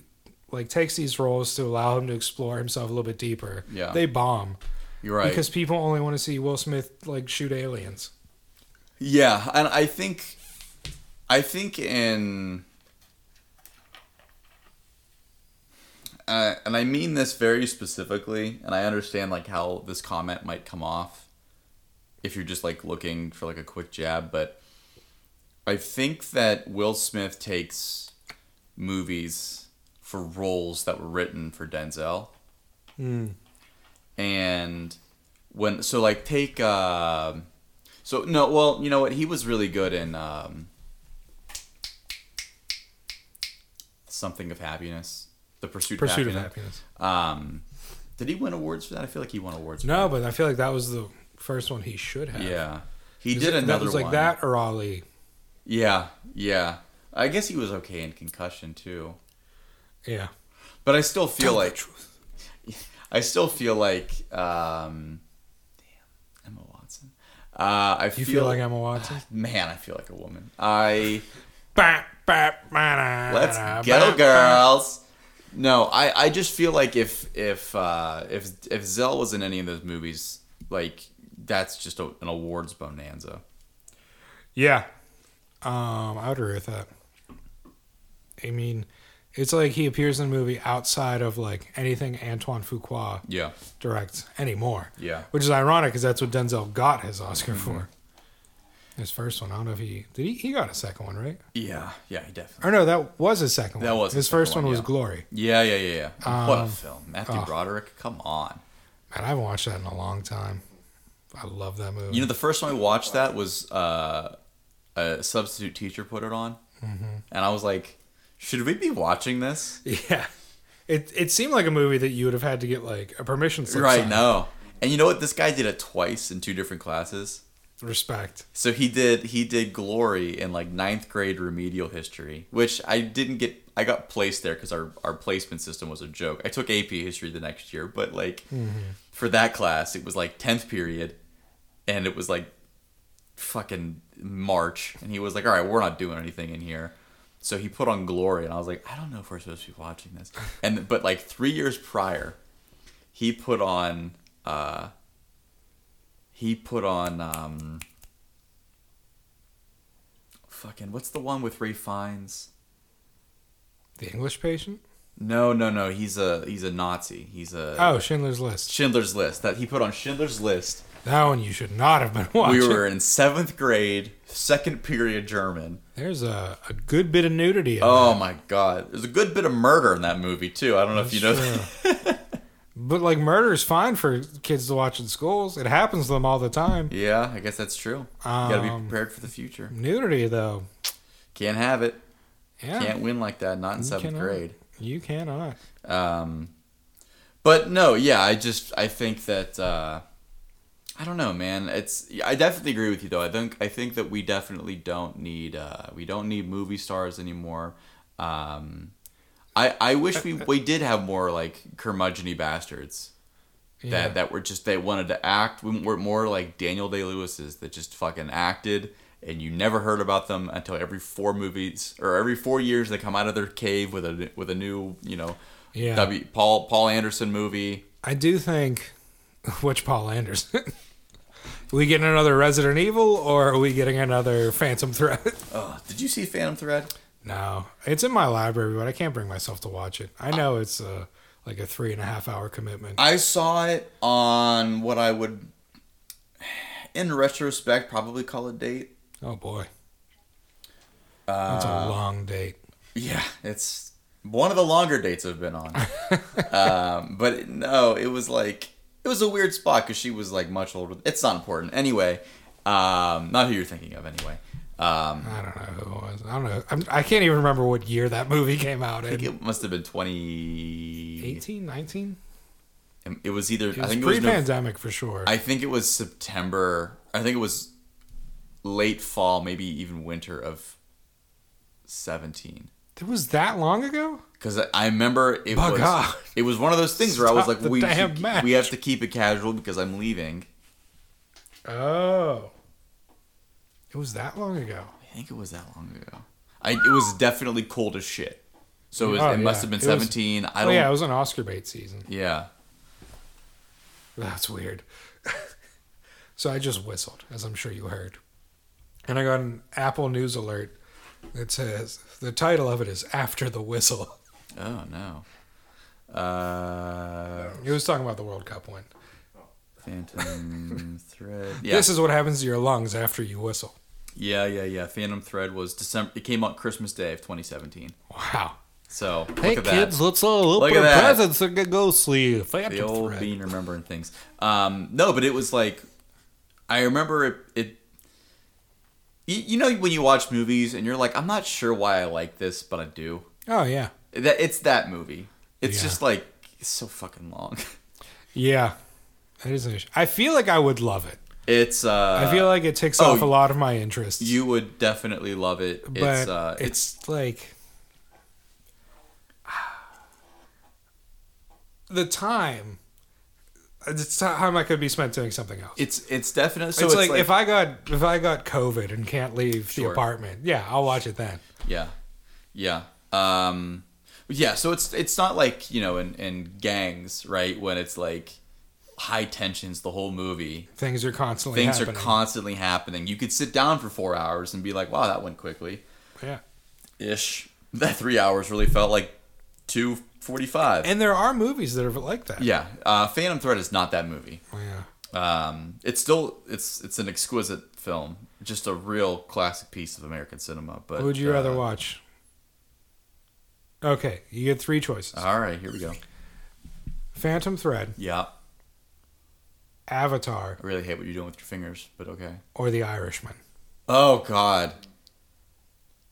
C: like takes these roles to allow him to explore himself a little bit deeper.
A: Yeah.
C: They bomb
A: You're right.
C: because people only want to see Will Smith like shoot aliens.
A: Yeah, and I think I think in uh, and I mean this very specifically, and I understand like how this comment might come off if you're just like looking for like a quick jab, but I think that Will Smith takes movies for roles that were written for Denzel.
C: Hmm.
A: And when so like take um so no, well, you know what? He was really good in um, something of happiness, the pursuit,
C: Pursuit
A: of
C: of
A: happiness.
C: happiness.
A: Um, did he win awards for that? I feel like he won awards.
C: No, but I feel like that was the first one he should have.
A: For that. Yeah, he
C: Is
A: did
C: it-
A: another
C: that was like
A: one.
C: that or Ollie.
A: Yeah, yeah. I guess he was okay in concussion too,
C: Yeah.
A: but I still feel
C: Tell the
A: like
C: truth.
A: (laughs) I still feel like um, damn Emma Watson. Uh, I
C: you feel, like
A: (sighs)
C: Emma Watson.
A: man. I feel like a woman.
C: (laughs)
A: I.
C: Bah, bah, bah, nah,
A: Let's
C: nah,
A: go,
C: bah, bah.
A: girls. No, I, I just feel like if if uh, if if Zell was in any of those movies, like that's just a, an awards bonanza.
C: Yeah. Um, I would agree with that. I mean, it's like he appears in a movie outside of like anything Antoine Fuqua
A: Yeah,
C: directs anymore.
A: yeah. Mm-hmm.
C: Which is ironic because that's what Denzel got his Oscar for. His first one. I don't know if he did. He, he got a second one, right?
A: Yeah, yeah, he definitely.
C: Or no, that was his second one.
A: That was his
C: his first
A: second
C: one,
A: one,
C: was
A: yeah.
C: Glory.
A: Yeah, yeah, yeah, yeah. what a
C: Um,
A: film, Matthew
C: oh.
A: Broderick. Come on.
C: Man, I haven't watched that in a long time. I love that movie.
A: You know, the first time I watched that was uh, a substitute teacher put it on, and I was like, should we be watching this?
C: (laughs) yeah. It it seemed like a movie that you would have had to get like a permission slip.
A: Right
C: signed.
A: now. And you know what? This guy did it twice in two different classes.
C: Respect.
A: So he did he did glory in like ninth grade remedial history, which I didn't get. I got placed there because our our placement system was a joke. I took AP history the next year, but like for that class, it was like tenth period, and it was like fucking March, and he was like, "All right, we're not doing anything in here." So he put on glory, and I was like, "I don't know if we're supposed to be watching this." And but like three years prior, he put on uh, he put on um, fucking what's the one with Ray Fiennes?
C: The English Patient.
A: No, no, no. He's a he's a Nazi. He's a
C: Oh, Schindler's List.
A: Schindler's List. That he put on Schindler's List.
C: That one you should not have been (laughs) watching.
A: We were in seventh grade, second period German.
C: There's a, a good bit of nudity. In
A: Oh my god, there's a good bit of murder in that movie too. I don't know if you know. that.
C: Sure. but like murder is fine for kids to watch in schools. It happens to them all the time.
A: yeah, I guess that's true. you gotta be
C: Um,
A: prepared for the future.
C: Nudity though,
A: Can't have it.
C: yeah,
A: Can't win like that. Not in
C: You
A: seventh
C: cannot.
A: grade.
C: you cannot.
A: Um, but no, yeah, I just I think that uh, I don't know, man. It's I definitely agree with you though. I think I think that we definitely don't need uh, we don't need movie stars anymore. Um, I I wish we we did have more like curmudgeony bastards
C: Yeah.
A: that that were just they wanted to act. We were more like Daniel Day Lewis's that just fucking acted. And you never heard about them until every four movies or every four years they come out of their cave with a with a new you know
C: yeah,
A: W Paul Paul Anderson movie.
C: (laughs) I do think. Which Paul Anderson? (laughs) we getting another Resident Evil or are we getting another Phantom Thread? (laughs)
A: Oh, did you see Phantom Thread?
C: no, it's in my library, but I can't bring myself to watch it. I know it's uh like a three and a half hour commitment.
A: I saw it on what I would, in retrospect, probably call a date.
C: oh boy, that's
A: Uh,
C: a long date.
A: Yeah, it's one of the longer dates I've been on. um, but no, it was like it was a weird spot because she was like much older. It's not important anyway. Um, not who you're thinking of anyway. Um,
C: I don't know who it was. I don't know. I'm, I can't even remember what year that movie (laughs) came out
A: I think
C: in.
A: it must have been 20.
C: 18, 19?
A: It was either
C: It
A: I
C: was
A: think it was
C: pre
A: Nov-
C: pandemic for sure.
A: I think it was September. I think it was late fall, maybe even winter of 17.
C: it was that long ago?
A: Because I I remember it
C: My
A: was
C: God.
A: it was one of those things where I was
C: Stop
A: like,
C: the
A: we
C: damn
A: should-
C: match.
A: we have to keep it casual because I'm leaving.
C: Oh. It was that long ago.
A: I think it was that long ago. I it was definitely cold as shit. So it, was,
C: Oh,
A: it must
C: yeah.
A: have been
C: It was-
A: 17. I
C: Oh,
A: don't.
C: yeah,
A: Yeah.
C: it was an Oscar bait season. That's weird. (laughs) so I just whistled, as I'm sure you heard. And I got an Apple News alert that says the title of it is After the Whistle.
A: Oh no. Uh,
C: It was talking about the World Cup win.
A: Phantom (laughs) Thread. Yeah.
C: This is what happens to your lungs after you whistle.
A: yeah, yeah, yeah. Phantom Thread was December. It came out Christmas Day of 2017.
C: Wow.
A: So
C: Hey
A: look at
C: kids,
A: that.
C: let's uh, all
A: Look at
C: open our
A: that.
C: presents and get go sleep. Phantom
A: the old
C: thread.
A: bean remembering things. Um, no, but it was like I remember it. it you, you know when you watch movies and you're like, I'm not sure why I like this, but I do.
C: Oh yeah,
A: That it's that movie. It's
C: Yeah.
A: just like it's so fucking long. (laughs)
C: yeah. That is an issue. I feel like I would love it.
A: It's uh
C: I feel like it takes
A: oh,
C: off a lot of my interests.
A: you would definitely love it.
C: but
A: It's uh it's
C: like the time. It's time I could be spent doing something else.
A: it's it's definitely so
C: it's, like, if I got if I got COVID and can't leave
A: Sure.
C: the apartment, yeah, I'll watch it then.
A: Yeah. Yeah. Um yeah, so it's it's not like, you know, in, in gangs, right, when it's like high tensions the whole movie.
C: Things are constantly
A: Things
C: happening.
A: are constantly happening. You could sit down for four hours and be like, Wow, that went quickly.
C: yeah.
A: Ish. That three hours really felt like two forty five.
C: And there are movies that are like that.
A: Yeah. Uh Phantom Thread is not that movie.
C: Yeah.
A: um, it's still it's it's an exquisite film, just a real classic piece of American cinema. But
C: What would you
A: uh,
C: rather watch? Okay, you get three choices:
A: All right, here we go.
C: Phantom Thread,
A: Yeah,
C: Avatar,
A: I really hate what you're doing with your fingers, but okay.
C: or The Irishman.
A: Oh God,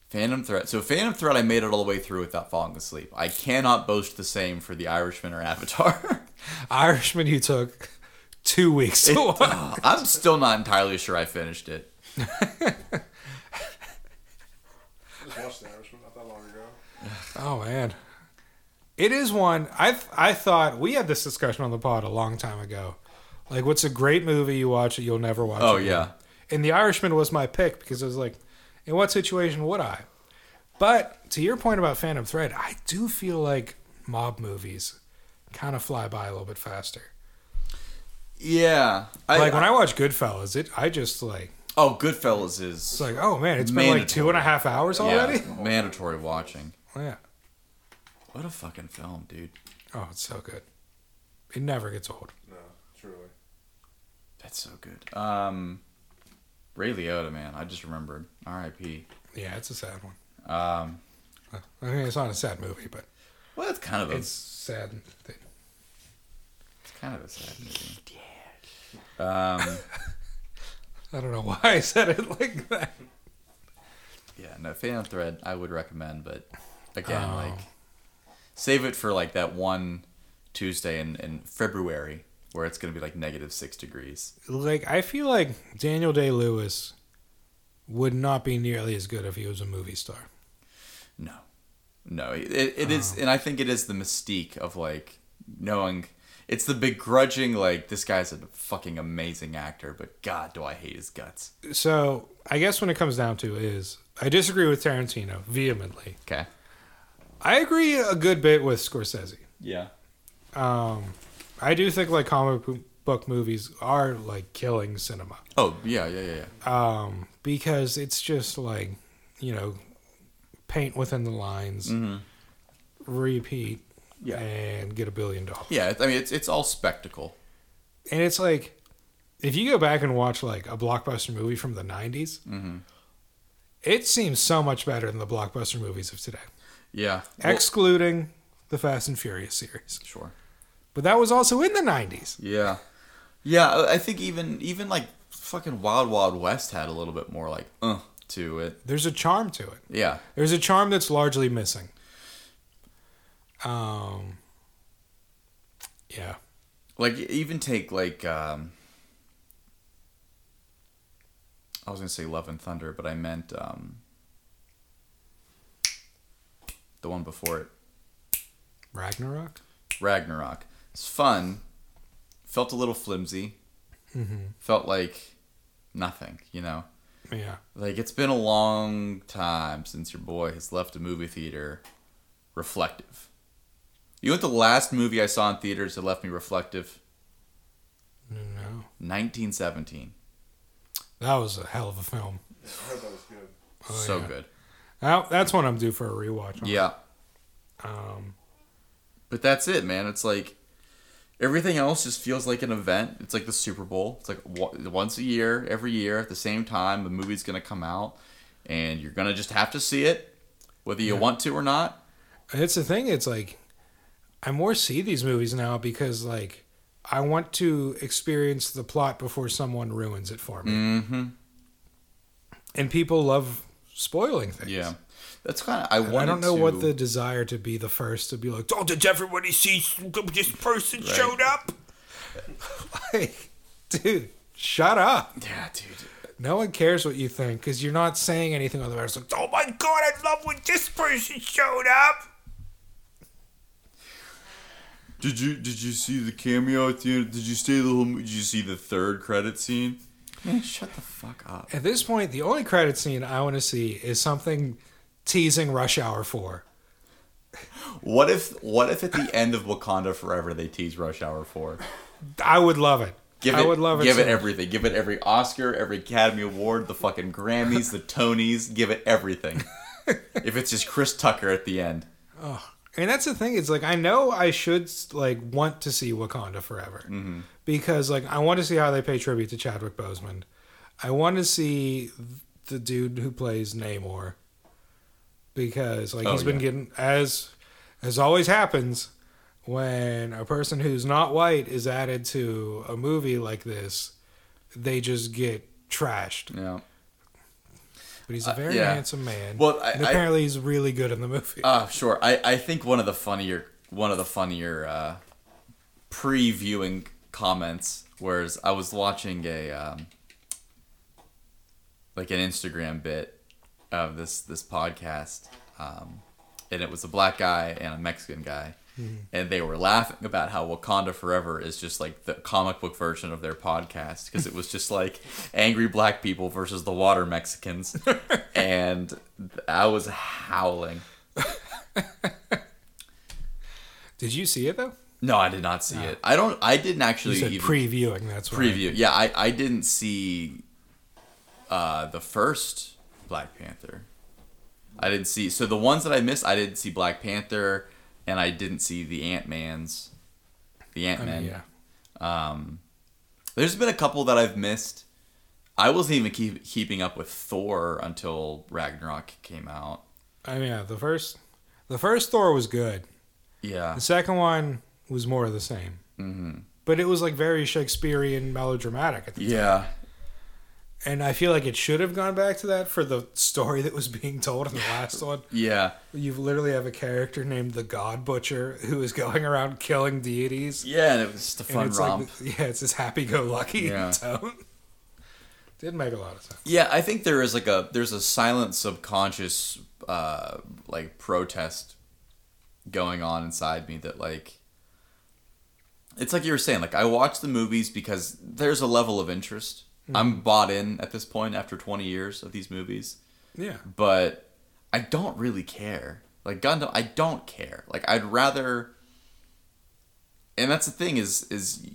A: Phantom Thread. So Phantom Thread, I made it all the way through without falling asleep. I cannot boast the same for The Irishman or Avatar. (laughs)
C: Irishman, you took two weeks (laughs) to watch.
A: oh, I'm still not entirely sure I finished it.
B: I just watched The Irishman not that long ago.
C: Oh man, it is one. I I thought we had this discussion on the pod a long time ago. Like, what's a great movie you watch that you'll never watch?
A: Oh,
C: again?
A: yeah.
C: And The Irishman was my pick because it was like, in what situation would I? But to your point about Phantom Thread, I do feel like mob movies kind of fly by a little bit faster.
A: Yeah, I,
C: like when I watch Goodfellas, it I just like
A: oh Goodfellas is
C: it's like oh man, it's been like two
A: Mandatory.
C: and a half hours already.
A: yeah, mandatory watching.
C: yeah.
A: What a fucking film, dude.
C: Oh, it's so good. It never gets old.
B: No, truly.
A: That's so good. Um, Ray Liotta, man, I just remembered. R.I.P.
C: Yeah, it's a sad one.
A: Um,
C: I mean, it's not a sad movie, but
A: well, it's kind of a,
C: it's
A: it's,
C: sad. That,
A: kind of a sad movie. Um,
C: I don't know (laughs) why I said it like that.
A: yeah, no, Phantom Thread, I would recommend, but again,
C: Oh.
A: like, save it for like that one Tuesday in, in February where it's gonna be like negative six degrees.
C: Like, I feel like Daniel Day Lewis would not be nearly as good if he was a movie star.
A: No, no, it, it is, and I think it is the mystique of like knowing. It's the begrudging, like this guy's a fucking amazing actor, but God, do I hate his guts.
C: So, I guess when it comes down to is, I disagree with Tarantino vehemently.
A: Okay.
C: I agree a good bit with Scorsese.
A: Yeah.
C: Um, I do think like comic bo- book movies are like killing cinema
A: Oh yeah, yeah, yeah, yeah.
C: um, because it's just like you know paint within the lines repeat
A: Yeah.
C: and get a billion dollars
A: Yeah, I mean it's it's all spectacle.
C: and it's like if you go back and watch like a blockbuster movie from the 90s it seems so much better than the blockbuster movies of today
A: Yeah.
C: excluding the fast and furious series
A: Well, sure.
C: but that was also in the 90s
A: Yeah. Yeah, I- I think even even like fucking Wild Wild West had a little bit more like uh to it.
C: there's a charm to it
A: Yeah.
C: There's a charm that's largely missing. Um, yeah,
A: Like even take like um I was gonna say Love and Thunder, but I meant um the one before it.
C: Ragnarok.
A: Ragnarok. It's fun. Felt a little flimsy.
C: Mm-hmm.
A: Felt like nothing, you know?
C: Yeah,
A: Like it's been a long time since your boy has left a movie theater reflective. You know what the last movie I saw in theaters that left me reflective?
C: no,
A: 1917.
C: that was a hell of a film.
B: I heard that was good.
C: Oh,
A: so
C: yeah.
A: good.
C: Now, that's one I'm due for a rewatch. On.
A: Yeah.
C: Um,
A: But that's it, man. It's like everything else just feels like an event. It's like the Super Bowl. It's like wa- once a year, every year at the same time, the movie's gonna come out, and you're gonna just have to see it, whether you want to or not.
C: it's the thing. It's like I more see these movies now because like I want to experience the plot before someone ruins it for me.
A: Mm-hmm.
C: And people love spoiling things.
A: Yeah, that's kind of. I
C: And I
A: wanted
C: don't know
A: to-
C: what the desire to be the first to be like, oh, did everybody see this person showed up? (laughs) like, dude, shut up.
A: Yeah, dude.
C: No one cares what you think because you're not saying anything on the matter. It's like, oh my God, I love when this person showed up.
A: Did you did you see the cameo at the end? Did you stay the whole? Did you see the third credit scene? Man, shut the fuck up.
C: At this point, the only credit scene I want to see is something teasing Rush Hour 4.
A: What if what if at the end of Wakanda Forever they tease Rush Hour Four?
C: I would love it.
A: Give it,
C: I would love it.
A: Give
C: so
A: it everything. Give it every Oscar, every Academy Award, the fucking Grammys, the Tonys. Give it
C: (laughs)
A: everything. if it's just Chris Tucker at the end,
C: And that's the thing. It's like I know I should like want to see Wakanda Forever
A: Mm-hmm.
C: because like I want to see how they pay tribute to Chadwick Boseman. I want to see the dude who plays Namor because like
A: Oh,
C: he's been
A: yeah.
C: getting as as always happens when a person who's not white is added to a movie like this, they just get trashed.
A: you know.
C: But he's a very
A: Uh, yeah.
C: handsome man.
A: Well, I-
C: and
A: I-
C: apparently he's really good in the movie.
A: Ah, sure. I, I think one of the funnier one of the funnier uh, pre-viewing comments was I was watching a um, like an Instagram bit of this this podcast, um, and it was a black guy and a Mexican guy, and they were laughing about how Wakanda Forever is just like the comic book version of their podcast because it was just like angry black people versus the water Mexicans, and I was howling.
C: Did you see it though?
A: No, I did not see it. I don't. I didn't
C: You
A: actually
C: said
A: even
C: previewing. That's what I-
A: preview. Yeah, I, I didn't see uh, the first Black Panther. I didn't see. So the ones that I missed, I didn't see Black Panther, and I didn't see the Ant Man's. The Ant
C: I mean,
A: Man.
C: yeah.
A: There's been a couple that I've missed. I wasn't even keep, keeping up with Thor until Ragnarok came out.
C: I mean, yeah, the first, the first Thor was good.
A: Yeah.
C: The second one was more of the same, mm-hmm. but it was like very Shakespearean melodramatic. At the
A: Yeah.
C: And I feel like it should have gone back to that for the story that was being told in the last one.
A: Yeah.
C: You literally have a character named the God Butcher who is going around killing deities.
A: Yeah, and it was just a
C: And
A: fun
C: it's
A: romp.
C: Like, (laughs) yeah, it's this happy-go-lucky
A: Yeah.
C: tone. Did make a lot of sense.
A: Yeah, I think there is like a there's a silent subconscious uh like protest going on inside me that like it's like you were saying like I watch the movies because there's a level of interest. I'm bought in at this point after 20 years of these movies,
C: Yeah.
A: but I don't really care. Like Gundam, I don't care. Like I'd rather and that's the thing is is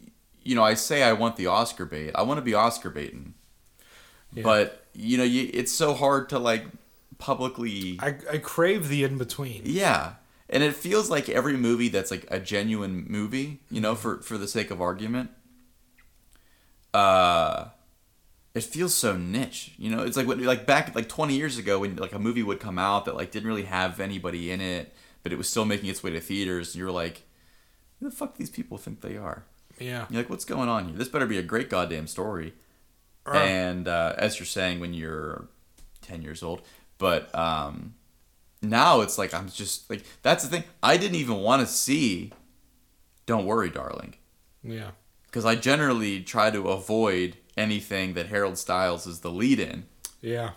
A: you know, I say I want the Oscar bait. I want to be Oscar baiting. But you know, you, it's so hard to like publicly.
C: I, I crave the in between.
A: yeah, and it feels like every movie that's like a genuine movie, you know, for for the sake of argument. Uh, it feels so niche. You know, it's like when, like back like twenty years ago when like a movie would come out that like didn't really have anybody in it, but it was still making its way to theaters. You're like, who the fuck do these people think they are?
C: Yeah.
A: You're like, what's going on here? This better be a great goddamn story.
C: Or-
A: And uh, as you're saying, when you're 10 years old, but um, now it's like, I'm just like, that's the thing. I didn't even want to see Don't Worry, Darling,
C: yeah.
A: because I generally try to avoid anything that Harold Styles is the lead in.
C: Yeah.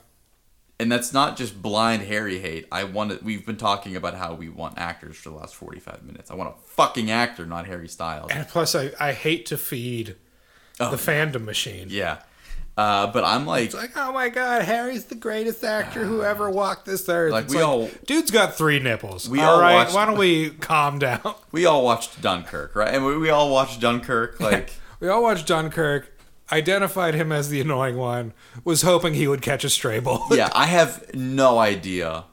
A: And that's not just blind Harry hate. I want to, we've been talking about how we want actors for the last 45 minutes. I want a fucking actor, not Harry Styles.
C: And plus, I, I hate to feed
A: Oh,
C: the fandom machine.
A: Yeah. Uh, but I'm like,
C: It's like, oh my god, Harry's the greatest actor who ever walked this earth.
A: Ah. Like,
C: It's
A: we all-
C: dude's got three nipples.
A: We
C: all
A: all
C: right,
A: watched- (laughs)
C: why don't we calm down?
A: we all watched Dunkirk, right? And we, we all watched
C: (laughs)
A: Dunkirk. Like,
C: We all watched Dunkirk. Identified him as the annoying one. Was hoping he would catch a stray bullet.
A: yeah, I have no idea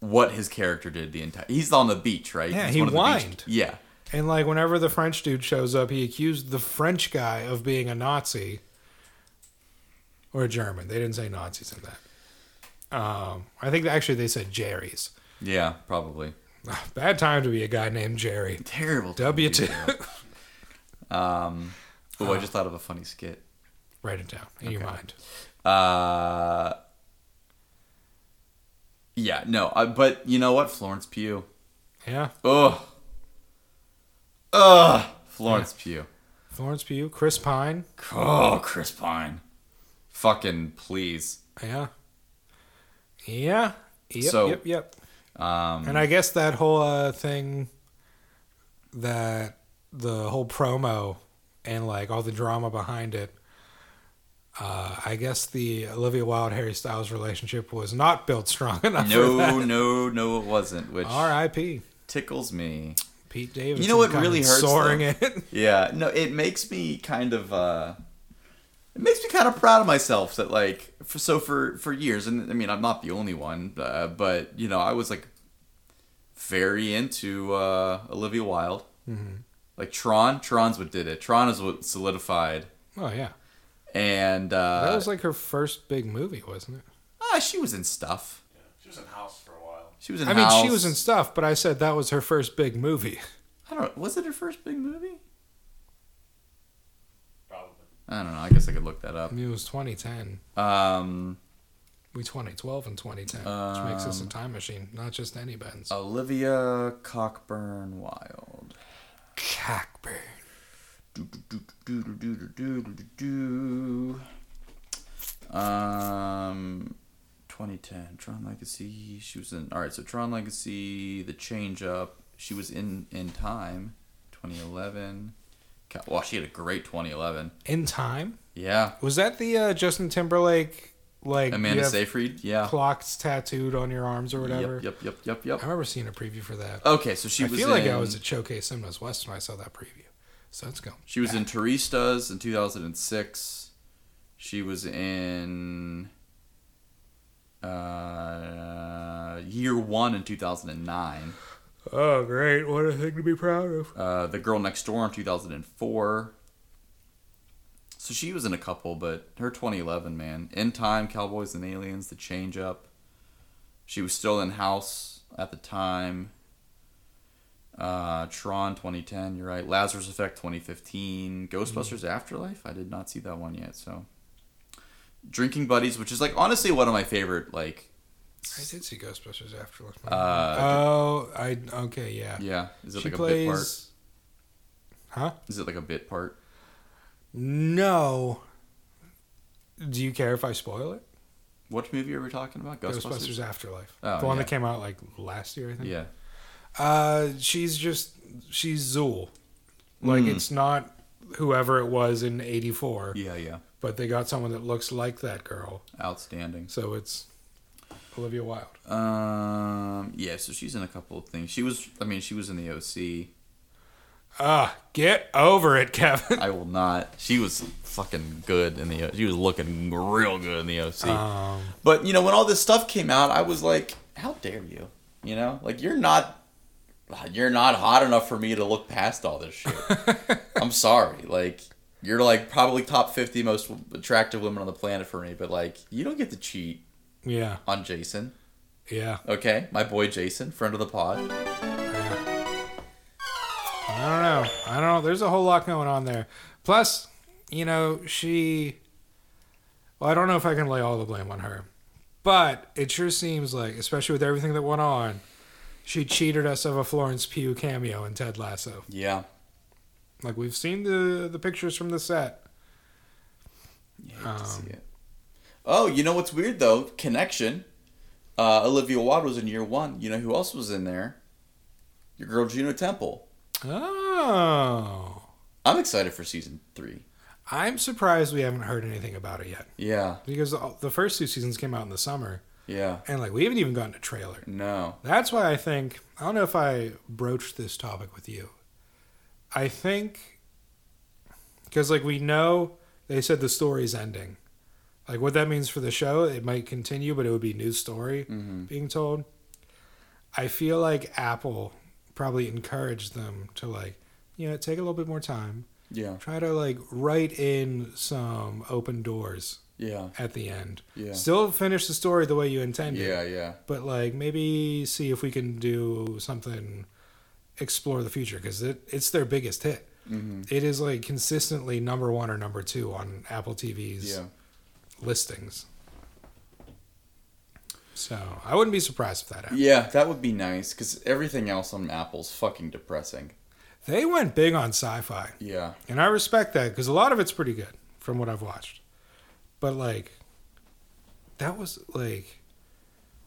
A: what his character did the entire. He's on the beach, right?
C: Yeah,
A: He's
C: he
A: one of the beach-
C: whined.
A: Yeah,
C: And like whenever the French dude shows up, he accused the French guy of being a Nazi or a German. They didn't say Nazis in that. Um, I think actually they said Jerry's.
A: yeah, probably
C: (sighs) Bad time to be a guy named Jerry.
A: terrible.
C: W two.
A: Um, oh, I just thought of a funny skit.
C: (laughs) Write it down in your mind.
A: Uh, yeah, no, I, but you know what, Florence Pugh.
C: Yeah,
A: Ugh. Ugh. Florence Pugh.
C: Florence Pugh, Chris Pine.
A: Oh, Chris Pine. Fucking please.
C: Yeah, yeah, yep,
A: So-
C: yep, yep.
A: Um,
C: And I guess that whole uh, thing that the whole promo and like all the drama behind it. Uh, I guess the Olivia Wilde Harry Styles relationship was not built strong (laughs) enough. for that.
A: No, no, no, it wasn't, which
C: R.I.P.
A: tickles me.
C: Pete Davidson.
A: what
C: coming
A: really hurts,
C: Soaring
A: though?
C: in.
A: Yeah, no, it makes me kind of, uh, it makes me kind of proud of myself that, like, for, so for, for years, and I mean, I'm not the only one, uh, but, you know, I was, like, very into, uh, Olivia Wilde.
C: Mm-hmm.
A: Like, Tron, Tron's what did it. Tron is what solidified.
C: (laughs) Oh yeah,
A: And,
C: that
A: uh,
C: was like her first big movie, wasn't it?
A: ah, she was in stuff.
B: Yeah. She was in house for a while.
A: She was in
C: I mean, she
A: House.
C: was in stuff, but I said that was her first big movie.
A: I don't know. Was it her first big movie?
B: Probably.
A: I don't know. I guess I could look that
C: I
A: up.
C: mean, it was 2010.
A: Um,
C: We 2012 and 2010, which makes this a time machine, not just any Benz.
A: uh, Olivia Cockburn Wilde.
C: Cockburn.
A: Um, 2010, Tron Legacy. She was in. All right, so Tron Legacy, The Change Up. She was in in time. 2011. God, Wow, she had a great 2011.
C: In time?
A: Yeah,
C: Was that the uh, Justin Timberlake, like,
A: Amanda
C: you have
A: Seyfried. Yeah.
C: clocks tattooed on your arms or whatever?
A: Yep, yep, yep, yep,
C: I
A: yep.
C: remember seeing a preview for that.
A: Okay, so she
C: I
A: was.
C: feel like I
A: in-
C: was at Showcase Cinemas West when I saw that preview. So let's go.
A: She was in Turistas in 2006. She was in uh, Year One in 2009.
C: Oh, great. What a thing to be proud of.
A: Uh, the Girl Next Door in 2004. So she was in a couple, but her 2011, man. In Time, Cowboys and Aliens, The Change Up. She was still in House at the time. Uh, Tron 2010, you're right. Lazarus Effect 2015. Ghostbusters
C: Mm.
A: Afterlife, I did not see that one yet, so. Drinking Buddies, which is like honestly one of my favorite, like,
C: I did see Ghostbusters Afterlife.
A: uh,
C: oh, I, okay, yeah.
A: yeah. Is it
C: She
A: like a bit part?
C: plays. Huh?
A: Is it like a bit part?
C: No. Do you care if I spoil it?
A: What movie are we talking about?
C: Ghostbusters, Afterlife.
A: Oh,
C: the one
A: yeah.
C: that came out like last year, I think.
A: Yeah.
C: Uh, she's just she's Zool. Like
A: Mm.
C: it's not whoever it was in 84,
A: Yeah, yeah.
C: but they got someone that looks like that girl.
A: Outstanding.
C: So it's Olivia Wilde.
A: Um, yeah, so she's in a couple of things. She was, I mean, she was in the OC.
C: Ah, get over it, (laughs) Kevin.
A: I will not. She was fucking good in the. She was looking real good in the OC. but you know, when all this stuff came out, I was like, "How dare you?" You know, like you're not, you're not hot enough for me to look past all this shit. I'm sorry. Like you're like probably top fifty most attractive women on the planet for me, but like you don't get to cheat
C: Yeah,
A: on Jason.
C: yeah.
A: Okay, my boy Jason, friend of the pod.
C: I don't know. I don't know. There's a whole lot going on there. Plus, you know, she. Well, I don't know if I can lay all the blame on her, but it sure seems like, especially with everything that went on, she cheated us of a Florence Pugh cameo in Ted Lasso.
A: Yeah.
C: Like we've seen the the pictures from the set.
A: You hate to see it. Oh, you know what's weird though? Connection. Uh, Olivia Wilde was in year one. You know who else was in there? Your girl Juno Temple.
C: Oh,
A: I'm excited for season three.
C: I'm surprised we haven't heard anything about it yet
A: Yeah,
C: because the- the first two seasons came out in the summer,
A: yeah.
C: and like we haven't even gotten a trailer.
A: No.
C: That's why I think I don't know if I broached this topic with you. I think because like we know they said the story's ending. Like what that means for the show, it might continue, but it would be new story
A: Mm-hmm.
C: being told. I feel like Apple probably encouraged them to like, you know, take a little bit more time.
A: Yeah,
C: Try to like write in some open doors
A: yeah,
C: at the end.
A: Yeah.
C: Still finish the story the way you intended
A: yeah, yeah.
C: but like maybe see if we can do something explore the future because it, it's their biggest hit It is like consistently number one or number two on apple tv's
A: Yeah.
C: listings so i wouldn't be surprised if that happened
A: Yeah, that would be nice because everything else on Apple's fucking depressing.
C: they went big on sci-fi
A: Yeah,
C: and i respect that because a lot of it's pretty good from what i've watched but like that was like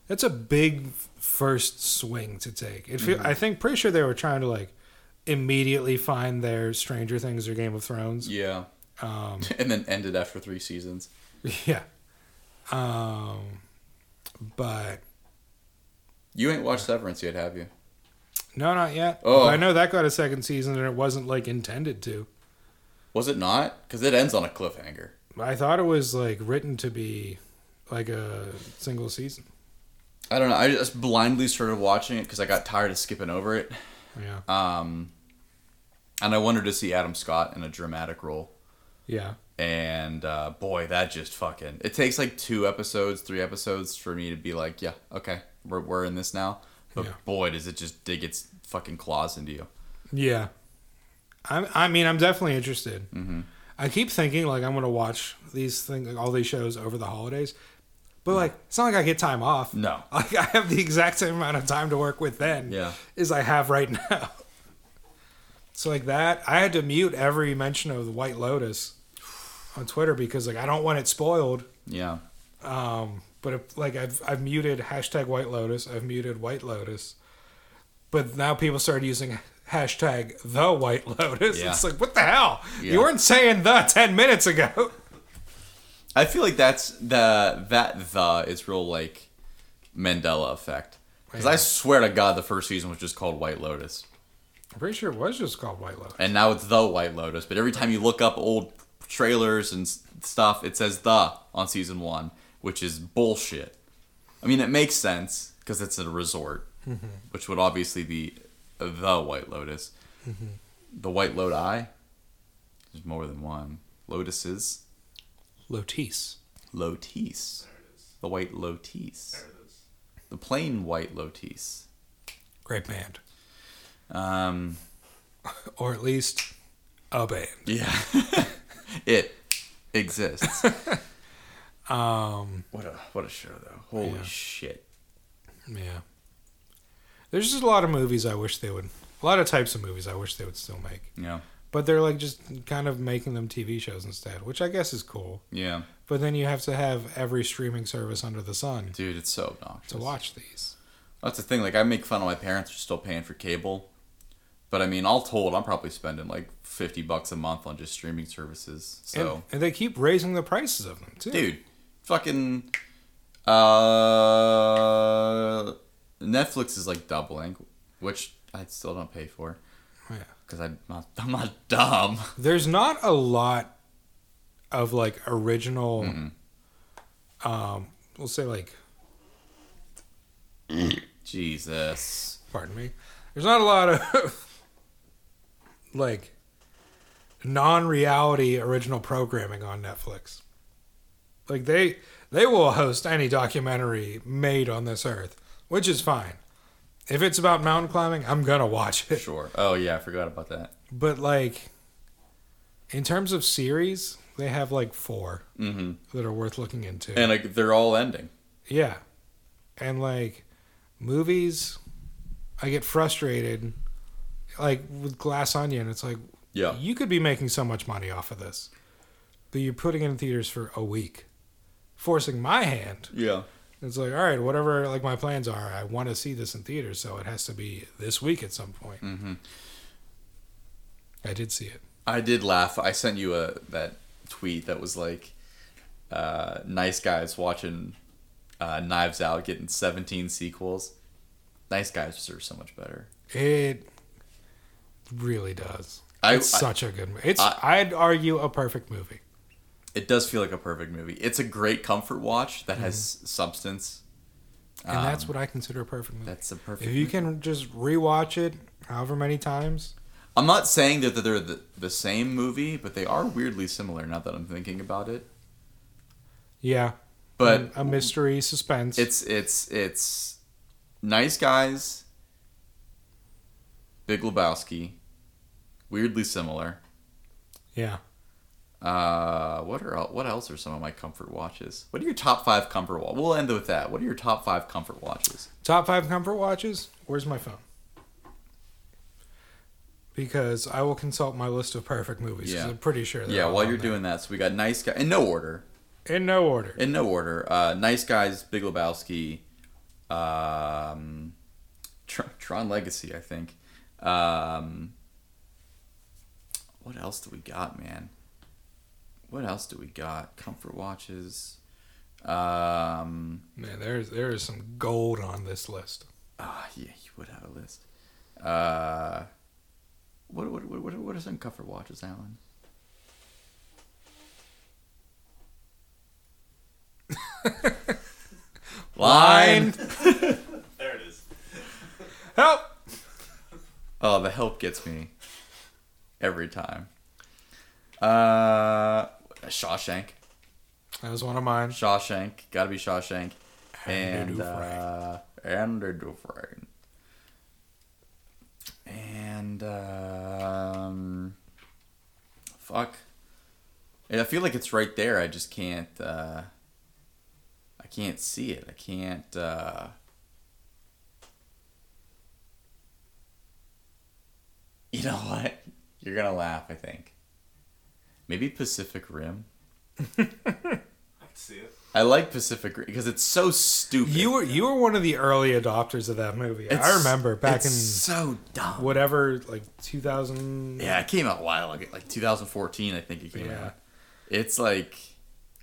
C: that's a big f- first swing to take it feel, i think pretty sure they were trying to like immediately find their stranger things or game of thrones
A: yeah.
C: um
A: (laughs) and then ended after three seasons.
C: (laughs) yeah um but
A: You ain't watched Severance yet, have you?
C: no not yet
A: Oh.
C: But i know that got a second season and it wasn't like intended to
A: Was it not? Because it ends on a cliffhanger.
C: i thought it was like written to be like a single season
A: I don't know. I just blindly started watching it because I got tired of skipping over it.
C: yeah
A: Um, and I wanted to see Adam Scott in a dramatic role.
C: yeah
A: And uh, boy, that just fucking. It takes like two episodes, three episodes for me to be like, yeah, okay, we're, we're in this now. But
C: Yeah.
A: boy, does it just dig its fucking claws into you.
C: Yeah, I I mean I'm definitely interested.
A: Mm-hmm.
C: I keep thinking like I'm gonna watch these things, like, all these shows over the holidays, but like it's not like I get time off.
A: No.
C: (laughs) like I have the exact same amount of time to work with then.
A: Yeah.
C: as I have right now. (laughs) So like that, I had to mute every mention of the White Lotus on Twitter because like I don't want it spoiled.
A: Yeah.
C: Um, but if, like I've I've muted hashtag White Lotus. I've muted White Lotus. But now people started using hashtag the White Lotus.
A: Yeah.
C: It's like what the hell?
A: Yeah.
C: You weren't saying the ten minutes ago.
A: I feel like that's the that the is real like Mandela effect. Because I
C: Yeah.
A: swear to God, the first season was just called White Lotus,
C: I'm pretty sure it was just called White Lotus.
A: and now it's the White Lotus. But every time you look up old trailers and s- stuff, it says the on season one, which is bullshit. I mean, it makes sense because it's a resort, which would obviously be the White Lotus. The White Lodi. There's more than one. Lotuses.
C: Lotis.
A: Lotis. The White Lotis.
B: There it is.
A: The plain white Lotis.
C: Great band.
A: Um,
C: Or at least a band.
A: yeah. it exists.
C: (laughs) Um
A: what a what a show though. Holy shit.
C: yeah. There's just a lot of movies I wish they would a lot of types of movies I wish they would still make.
A: Yeah.
C: But they're like just kind of making them TV shows instead, which I guess is cool.
A: Yeah.
C: But then you have to have every streaming service under the sun
A: Dude, it's so obnoxious.
C: to watch these.
A: That's the thing, like I make fun of my parents for still paying for cable. But I mean all told I'm probably spending like fifty bucks a month on just streaming services. So
C: And, and they keep raising the prices of them too.
A: dude fucking uh netflix is like doubling which i still don't pay for
C: Oh, Yeah.
A: because I'm not, I'm not dumb. (laughs)
C: There's not a lot of like original,
A: Mm-hmm.
C: um, we'll say like,
A: Jesus.
C: pardon me. There's not a lot of (laughs) like non-reality original programming on Netflix. Like they they will host any documentary made on this earth, which is fine. If it's about mountain climbing, I'm gonna watch it.
A: Sure. Oh yeah, I forgot about that.
C: But like, in terms of series, they have like 4
A: Mhm.
C: that are worth looking into.
A: And like they're all ending.
C: yeah, and like movies, I get frustrated. Like with Glass Onion, it's like
A: Yeah.
C: you could be making so much money off of this, but you're putting it in theaters for a week, forcing my hand.
A: Yeah.
C: It's like all right, whatever like my plans are, I want to see this in theaters, so it has to be this week at some point.
A: Mhm.
C: I did see it.
A: I did laugh. I sent you a that tweet that was like, uh, "Nice guys watching uh, Knives Out getting 17 sequels. Nice guys deserve so much better."
C: It really does.
A: I,
C: It's
A: I
C: such a good movie. It's
A: I-
C: I'd argue a perfect movie.
A: it does feel like a perfect movie. It's a great comfort watch that has
C: Mm-hmm.
A: substance.
C: And
A: Um,
C: that's what I consider a perfect movie.
A: That's a perfect.
C: If you
A: movie.
C: can just rewatch it however many times.
A: I'm not saying that that they're the, the same movie, but they are weirdly similar. Now that I'm thinking about it,
C: Yeah.
A: but
C: a mystery suspense.
A: It's it's it's nice guys. Big Lebowski, weirdly similar.
C: yeah.
A: Uh, what are what else are some of my comfort watches? What are your top five comfort watches? We'll end with that. What are your top five comfort watches?
C: Top five comfort watches. Where's my phone? Because I will consult my list of perfect movies. 'cause
A: Yeah.
C: I'm pretty sure. they're
A: yeah,
C: all
A: while
C: on
A: you're
C: there.
A: doing that, so we got nice guy in no order,
C: in no order.
A: in no order. Uh, nice guys, Big Lebowski, um, Tr- Tron Legacy, I think. Um, what else do we got, man? What else do we got? Comfort watches. Um,
C: Man, there's there is some gold on this list.
A: ah, yeah, you would have a list. Uh, what what what what- what are some comfort watches, Alan? Line.
B: There it is.
C: Help!
A: Oh, the help gets me every time. Uh, Shawshank,
C: That was one of mine.
A: Shawshank, gotta be Shawshank,
C: Andy
A: and
C: Dufresne.
A: uh, Andy Dufresne, and um, fuck. And I feel like it's right there. I just can't. Uh, I can't see it. I can't. Uh, you know (laughs) what? You're gonna laugh. I think. Maybe Pacific Rim.
B: I can see it.
A: I like Pacific Rim because it's so stupid.
C: You were you were one of the early adopters of that movie. I
A: It's-
C: remember back
A: it's
C: in
A: so dumb.
C: whatever, like 2000.
A: Yeah, it came out a while ago, like 2014, I think it came
C: Yeah.
A: out. It's like,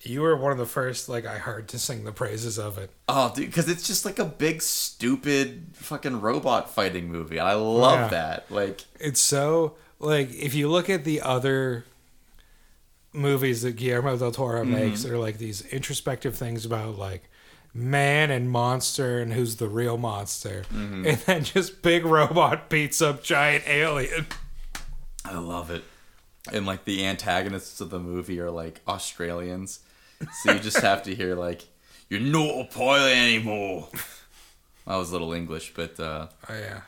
C: You were one of the first like I heard to sing the praises of it.
A: oh, dude, because it's just like a big stupid fucking robot fighting movie. and I love
C: Yeah.
A: that. Like,
C: It's so like if you look at the other movies that Guillermo del Toro
A: Mm-hmm.
C: makes, they're like these introspective things about like man and monster and who's the real monster,
A: Mm-hmm.
C: and then just big robot beats up giant alien.
A: I love it. And like the antagonists of the movie are like Australians, so you just have to hear like, (laughs) "You're not a pilot anymore." (laughs) That was a little English, but uh,
C: Oh yeah,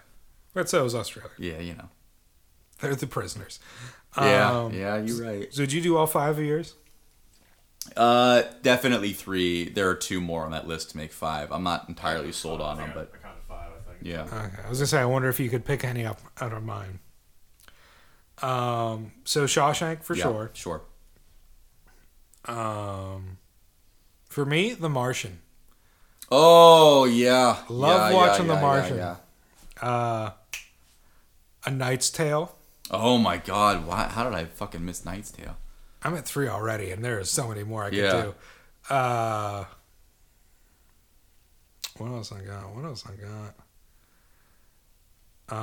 C: but so is Australia.
A: yeah, you know.
C: They're the prisoners.
A: Yeah,
C: Um,
A: yeah, you're right.
C: So did you do all five of yours?
A: Uh, definitely three. There are two more on that list to make five. I'm not entirely sold on
B: I
A: them,
B: think
A: but
B: I, I kind of five, I think.
A: yeah.
C: Okay. I was gonna say, I wonder if you could pick any up out of mine. Um, so Shawshank for
A: Yeah,
C: sure.
A: Sure.
C: Um, for me, The Martian.
A: Oh yeah.
C: Love
A: Yeah, yeah,
C: watching The
A: yeah, yeah,
C: Martian.
A: yeah.
C: Uh, A Knight's Tale.
A: Oh my god, why how did I fucking miss Knight's Tale?
C: I'm at three already, and there is so many more I could
A: Yeah.
C: do. Uh, what else I got? What else I got?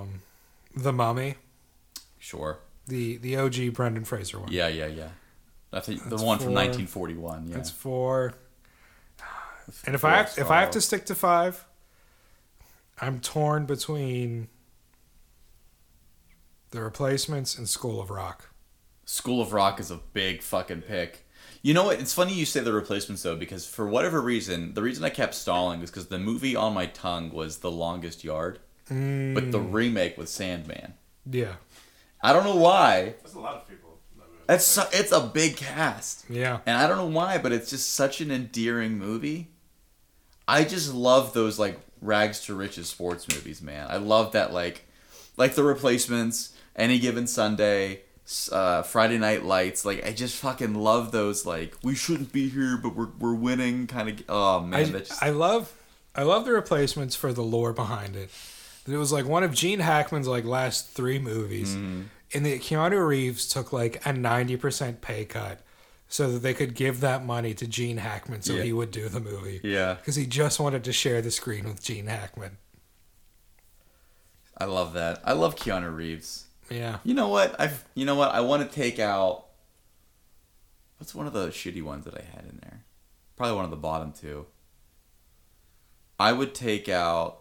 C: Um, The Mummy,
A: Sure.
C: the the OG Brendan Fraser one.
A: Yeah, yeah, yeah. I think the
C: That's
A: one from
C: four.
A: 1941. Yeah.
C: It's four. And if
A: four,
C: I have, if I have
A: five.
C: to stick to five, I'm torn between the replacements and School of Rock.
A: School of Rock is a big fucking pick. You know what? It's funny you say the replacements though, because for whatever reason, the reason I kept stalling was because the movie on my tongue was The Longest Yard, but the
C: Mm.
A: remake was Sandman.
C: Yeah,
A: I don't know why.
B: There's a lot of people. in that movie.
A: That's su- it's a big cast,
C: yeah.
A: and I don't know why, but it's just such an endearing movie. I just love those like rags to riches sports movies, man. I love that like, like The Replacements, Any Given Sunday, s- uh, Friday Night Lights. Like I just fucking love those like we shouldn't be here, but we're we're winning kind of. Oh man,
C: I,
A: that just
C: I love I love the replacements for the lore behind it. That It was like one of Gene Hackman's like last three movies,
A: Mm-hmm.
C: and that Keanu Reeves took like a ninety percent pay cut so that they could give that money to Gene Hackman so
A: Yeah.
C: he would do the movie.
A: yeah,
C: because he just wanted to share the screen with Gene Hackman.
A: I love that. I love Keanu Reeves.
C: Yeah,
A: You know what? I have you know what? I want to take out. What's one of the shitty ones that I had in there? Probably one of the bottom two. I would take out.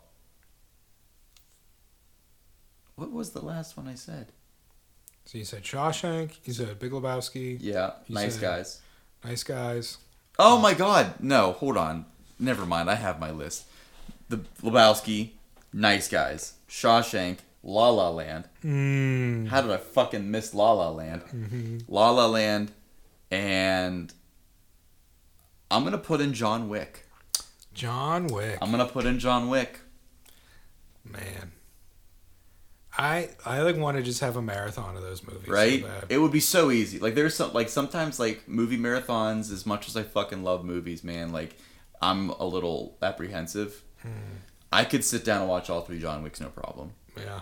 A: What was the last one I said?
C: so you said Shawshank, you said Big Lebowski,
A: Yeah,
C: You
A: nice
C: said-
A: guys.
C: Nice Guys.
A: Oh my God! No, hold on. Never mind. I have my list. The Lebowski, Nice Guys, Shawshank, La La Land.
C: Mm,
A: How did I fucking miss La La Land?
C: Mm-hmm.
A: La La Land, and I'm gonna put in John Wick.
C: John Wick,
A: I'm gonna put in John Wick.
C: man. I I like want to just have a marathon of those movies, so
A: Right?
C: bad.
A: it would be so easy. Like there's some like sometimes like movie marathons. As much as I fucking love movies, man, like I'm a little apprehensive.
C: Hmm.
A: I could sit down and watch all three John Wicks, no problem.
C: yeah,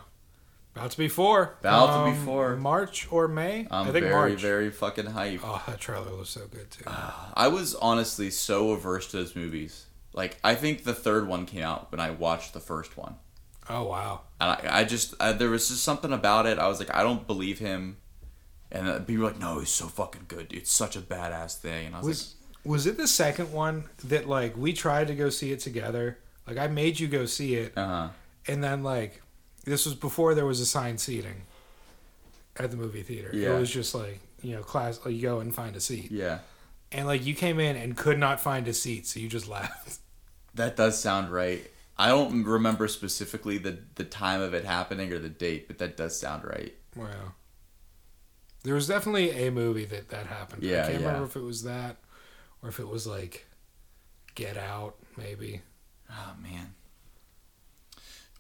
C: about to be four. Um,
A: About to be four.
C: March or May.
A: I'm
C: I think
A: very
C: March.
A: very Ah. fucking hyped.
C: Oh, that trailer was so good too.
A: I was honestly so averse to those movies. Like I think the third one came out when I watched the first one.
C: Oh wow,
A: and I, I just I, there was just something about it. I was like, I don't believe him, and uh, people were like, No, he's so fucking good. It's such a badass thing, and I was,
C: was was it the second one that like we tried to go see it together? Like I made you go see it,
A: like, Uh huh.
C: and then like this was before there was assigned seating at the movie theater.
A: Yeah.
C: It was just like you know, class. Like, you go and find a seat,
A: Yeah,
C: and like you came in and could not find a seat, so you just (laughs) left.
A: that does sound right. I don't remember specifically the the time of it happening or the date, but that does sound right.
C: Wow. There was definitely a movie that that happened.
A: Yeah,
C: I can't
A: yeah.
C: remember if it was that or if it was like Get Out, maybe.
A: Oh man.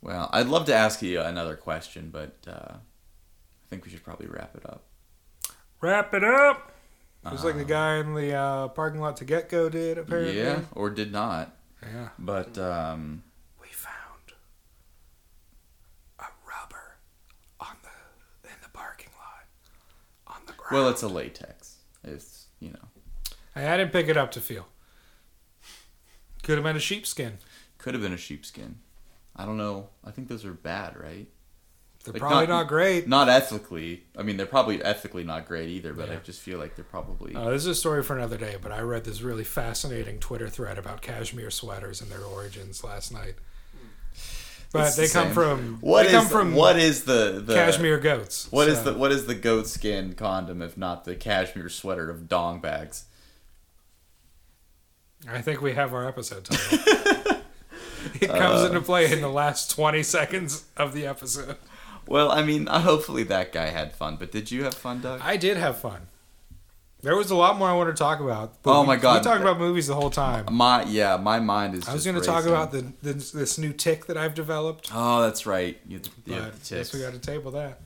A: Well, I'd love to ask you another question, but uh, I think we should probably wrap it up.
C: Wrap it up. It was like the guy in the uh, parking lot to Get Go did apparently.
A: Yeah, or did not,
C: Yeah.
A: but um,
C: we found a rubber on the in the parking lot on the ground.
A: well, it's a latex. It's you know.
C: Hey, I didn't pick it up to feel. Could have been a sheepskin.
A: Could have been a sheepskin. I don't know. I think those are bad, right?
C: They're
A: Like,
C: probably
A: not-
C: not, great.
A: Not ethically. I mean, they're probably ethically not great either, but I
C: Yeah.
A: just feel like they're probably.
C: Uh, this is a story for another day, but I read this really fascinating Twitter thread about cashmere sweaters and their origins last night. But
A: Hmm. It's
C: they
A: the
C: come
A: same.
C: from
A: What
C: they
A: is
C: come from
A: what is the, the
C: cashmere goats.
A: What is
C: so-
A: the what is the goat skin condom if not the cashmere sweater of dong bags?
C: I think we have our episode title. (laughs) it comes into play in the last 20 seconds of the episode.
A: Well, I mean, (laughs) uh, hopefully that guy had fun. But did you have fun, Doug?
C: I did have fun. There was a lot more I wanted to talk about. but
A: Oh
C: we-
A: my God.
C: We talked about movies the whole time.
A: my yeah, my mind is.
C: I was
A: just
C: going to talk
A: racing.
C: about the, the this new tick that I've developed.
A: Oh, that's right. You, you have
C: but
A: the
C: guess
A: ticks.
C: we got to table that.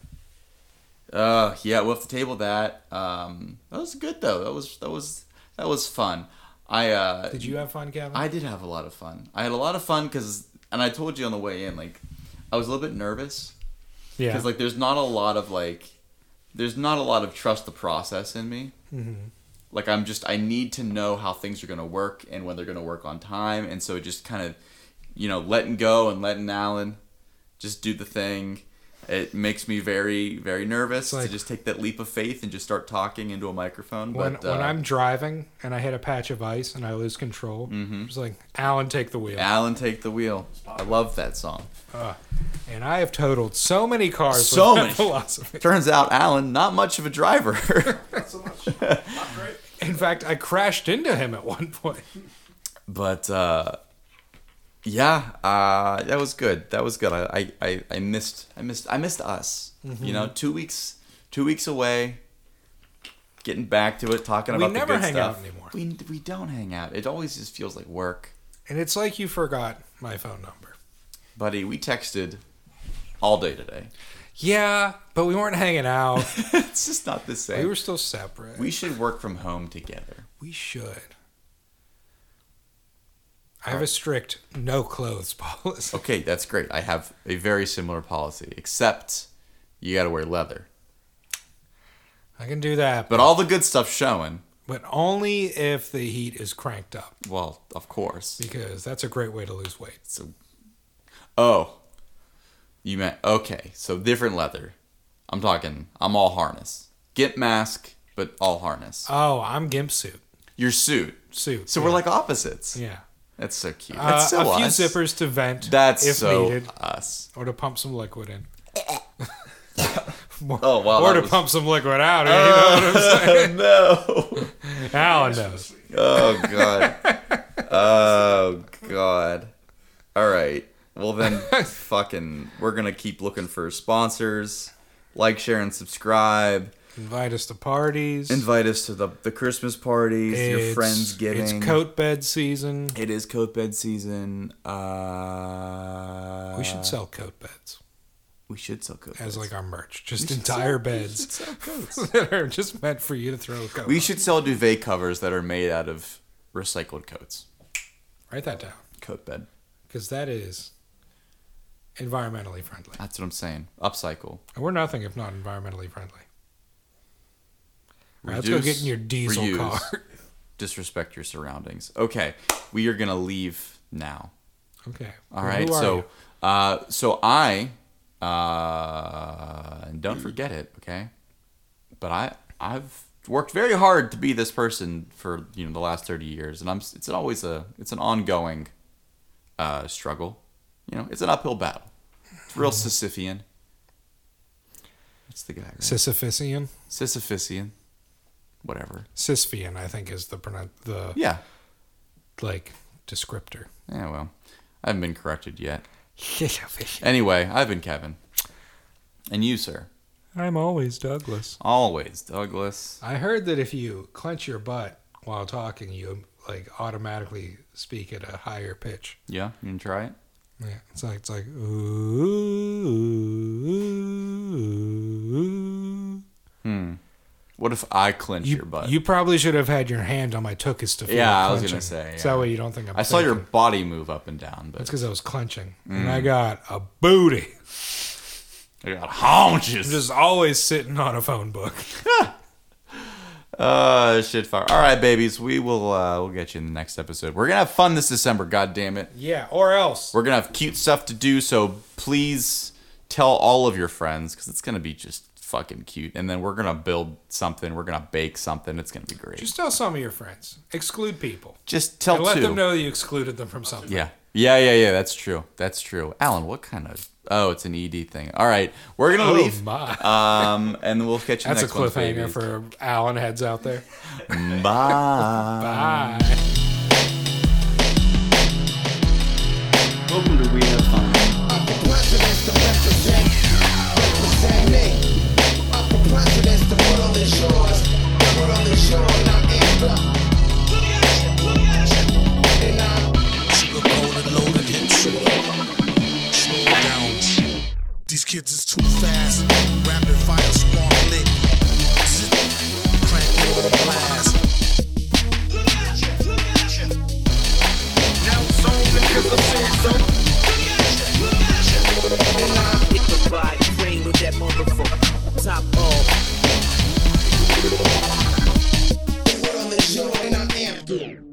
A: Uh, yeah, we'll have to table that. Um, that was good though. That was that was that was fun. I uh,
C: Did you have fun, Kevin?
A: I did have a lot of fun. I had a lot of fun because, and I told you on the way in, like, I was a little bit nervous
C: yeah.
A: because like there's not a lot of like, there's not a lot of trust the process in me.
C: Mm-hmm.
A: Like I'm just I need to know how things are gonna work and when they're gonna work on time, and so just kind of, you know, letting go and letting Alan just do the thing. It makes me very, very nervous
C: like-
A: to just take that leap of faith and just start talking into a microphone.
C: When,
A: but
C: when
A: uh,
C: I'm driving and I hit a patch of ice and I lose control,
A: Mm-hmm.
C: it's like, Alan, take the wheel.
A: Alan, take the wheel. I love that song.
C: And I have totaled so many cars
A: So
C: with that
A: many.
C: (laughs) philosophy.
A: Turns out Alan, not much of a driver. (laughs)
B: Not so much. Not great.
C: In fact, I crashed into him at one point.
A: but uh, yeah, uh, that was good. That was good. I, I- I, I missed I missed I missed us. You know,
C: Mm-hmm.
A: two weeks two weeks away. Getting back to it, talking
C: We
A: about
C: never
A: the good
C: hang out
A: stuff.
C: anymore.
A: We we don't hang out. It always just feels like work,
C: And it's like you forgot my phone number.
A: buddy. We texted all day today.
C: Yeah, but we weren't hanging out.
A: it's just not the same.
C: (laughs) we
A: We,
C: were still separate.
A: should work from home together.
C: We should. I have a strict no clothes (laughs) policy.
A: Okay, that's great. I have a very similar policy, except you got to wear leather.
C: I can do that, but
A: But all the good stuff's showing.
C: but only if the heat is cranked up
A: Well, of course.
C: because that's a great way to lose weight.
A: So, oh, you meant okay. So different leather. I'm talking. I'm all harness. Get mask, but all harness.
C: Oh, I'm gimp suit.
A: Your suit.
C: Suit.
A: So we're like opposites.
C: yeah.
A: That's so cute.
C: Uh,
A: That's so
C: a few
A: us.
C: zippers to vent
A: That's
C: if
A: so
C: needed (laughs)
A: us.
C: or to pump some
A: (laughs)
C: liquid in. (laughs) More-
A: Oh, wow,
C: or
A: that
C: to
A: was- Uh,
C: pump some liquid out. you know?
A: no.
C: Alan knows.
A: Oh god. Oh god. All right. Well
C: (laughs)
A: then, fucking, we're gonna keep looking for sponsors. Like, share, and subscribe.
C: Invite us to parties.
A: Invite us to the the Christmas parties, your
C: It's-
A: friends giving.
C: It's coat bed season.
A: It is coat bed season. Uh,
C: we should sell coat beds
A: we should sell coat.
C: as
A: beds.
C: like our merch. Just
A: (laughs)
C: entire
A: We should
C: beds (laughs)
A: sell coats.
C: that are just meant for you to throw a coat.
A: we
C: on.
A: should sell duvet covers that are made out of recycled coats.
C: Write that down
A: Coat bed.
C: because that is environmentally friendly.
A: That's what I'm saying. Upcycle.
C: And we're nothing if not environmentally friendly. All right, let's go
A: Reduce,
C: get in your diesel
A: reuse.
C: car. (laughs)
A: Disrespect your surroundings. Okay, we are gonna leave now.
C: okay.
A: All
C: Well,
A: right.
C: who are
A: So,
C: you?
A: uh, so I, uh, and don't forget it, okay? But I, I've worked very hard to be this person for you know the last thirty years, and I'm. It's always a. It's an ongoing, uh, struggle. You know, it's an uphill battle. It's real
C: Mm-hmm.
A: Sisyphean. That's the guy. Right?
C: Sisyphusian,
A: Sisyphean.
C: (laughs)
A: Whatever.
C: Sisyphean, I think is the pronoun- the
A: Yeah.
C: like descriptor. (laughs)
A: Yeah. Well, I haven't been corrected yet.
C: Sisyphean.
A: Anyway, I've been Kevin. And you, sir.
C: I'm always Douglas.
A: Always, Douglas.
C: I heard that if you clench your butt while talking, you like automatically speak at a higher pitch.
A: Yeah, you can try it.
C: Yeah, it's like it's like ooh.
A: Hmm. What if I clench
C: You,
A: your butt?
C: you probably should have had your hand on my tuchus to feel
A: Yeah,
C: it
A: I was gonna
C: clenching.
A: say,
C: So
A: yeah.
C: that way you don't think I'm.
A: I saw your Mm.
C: thinking.
A: body move up and down,
C: That's
A: but
C: because I was clenching, and I got a booty.
A: I got haunches.
C: I'm just always sitting on a phone book.
A: Uh, shit fire. All right, babies, we will. Uh, we'll get you in the next episode. We're gonna have fun this December. God damn it.
C: Yeah, or else.
A: We're gonna have cute stuff to do. So please tell all of your friends because it's gonna be just fucking cute. And then we're gonna build something. We're gonna bake something. It's gonna be great. Just,
C: Just tell some of your friends. Exclude people.
A: tell
C: And let
A: two.
C: them know that you excluded them from something.
A: Yeah. Yeah, yeah, yeah. That's true. That's true. Alan, what kind of? Oh, it's an ED thing. All right, we're gonna
C: Oh
A: leave.
C: my.
A: Um, and we'll catch you
C: That's a
A: next one,
C: cliffhanger
A: baby.
C: for Alan heads out there.
A: Bye.
C: Bye.
A: Welcome to We Have Fun.
D: These kids is too fast. Rapid fire spark lit. Zip. Crank it on blast. Now it's on because I said so.
E: Hit the ride, train with that motherfucker. Top off.
F: world is yours and I'm amped.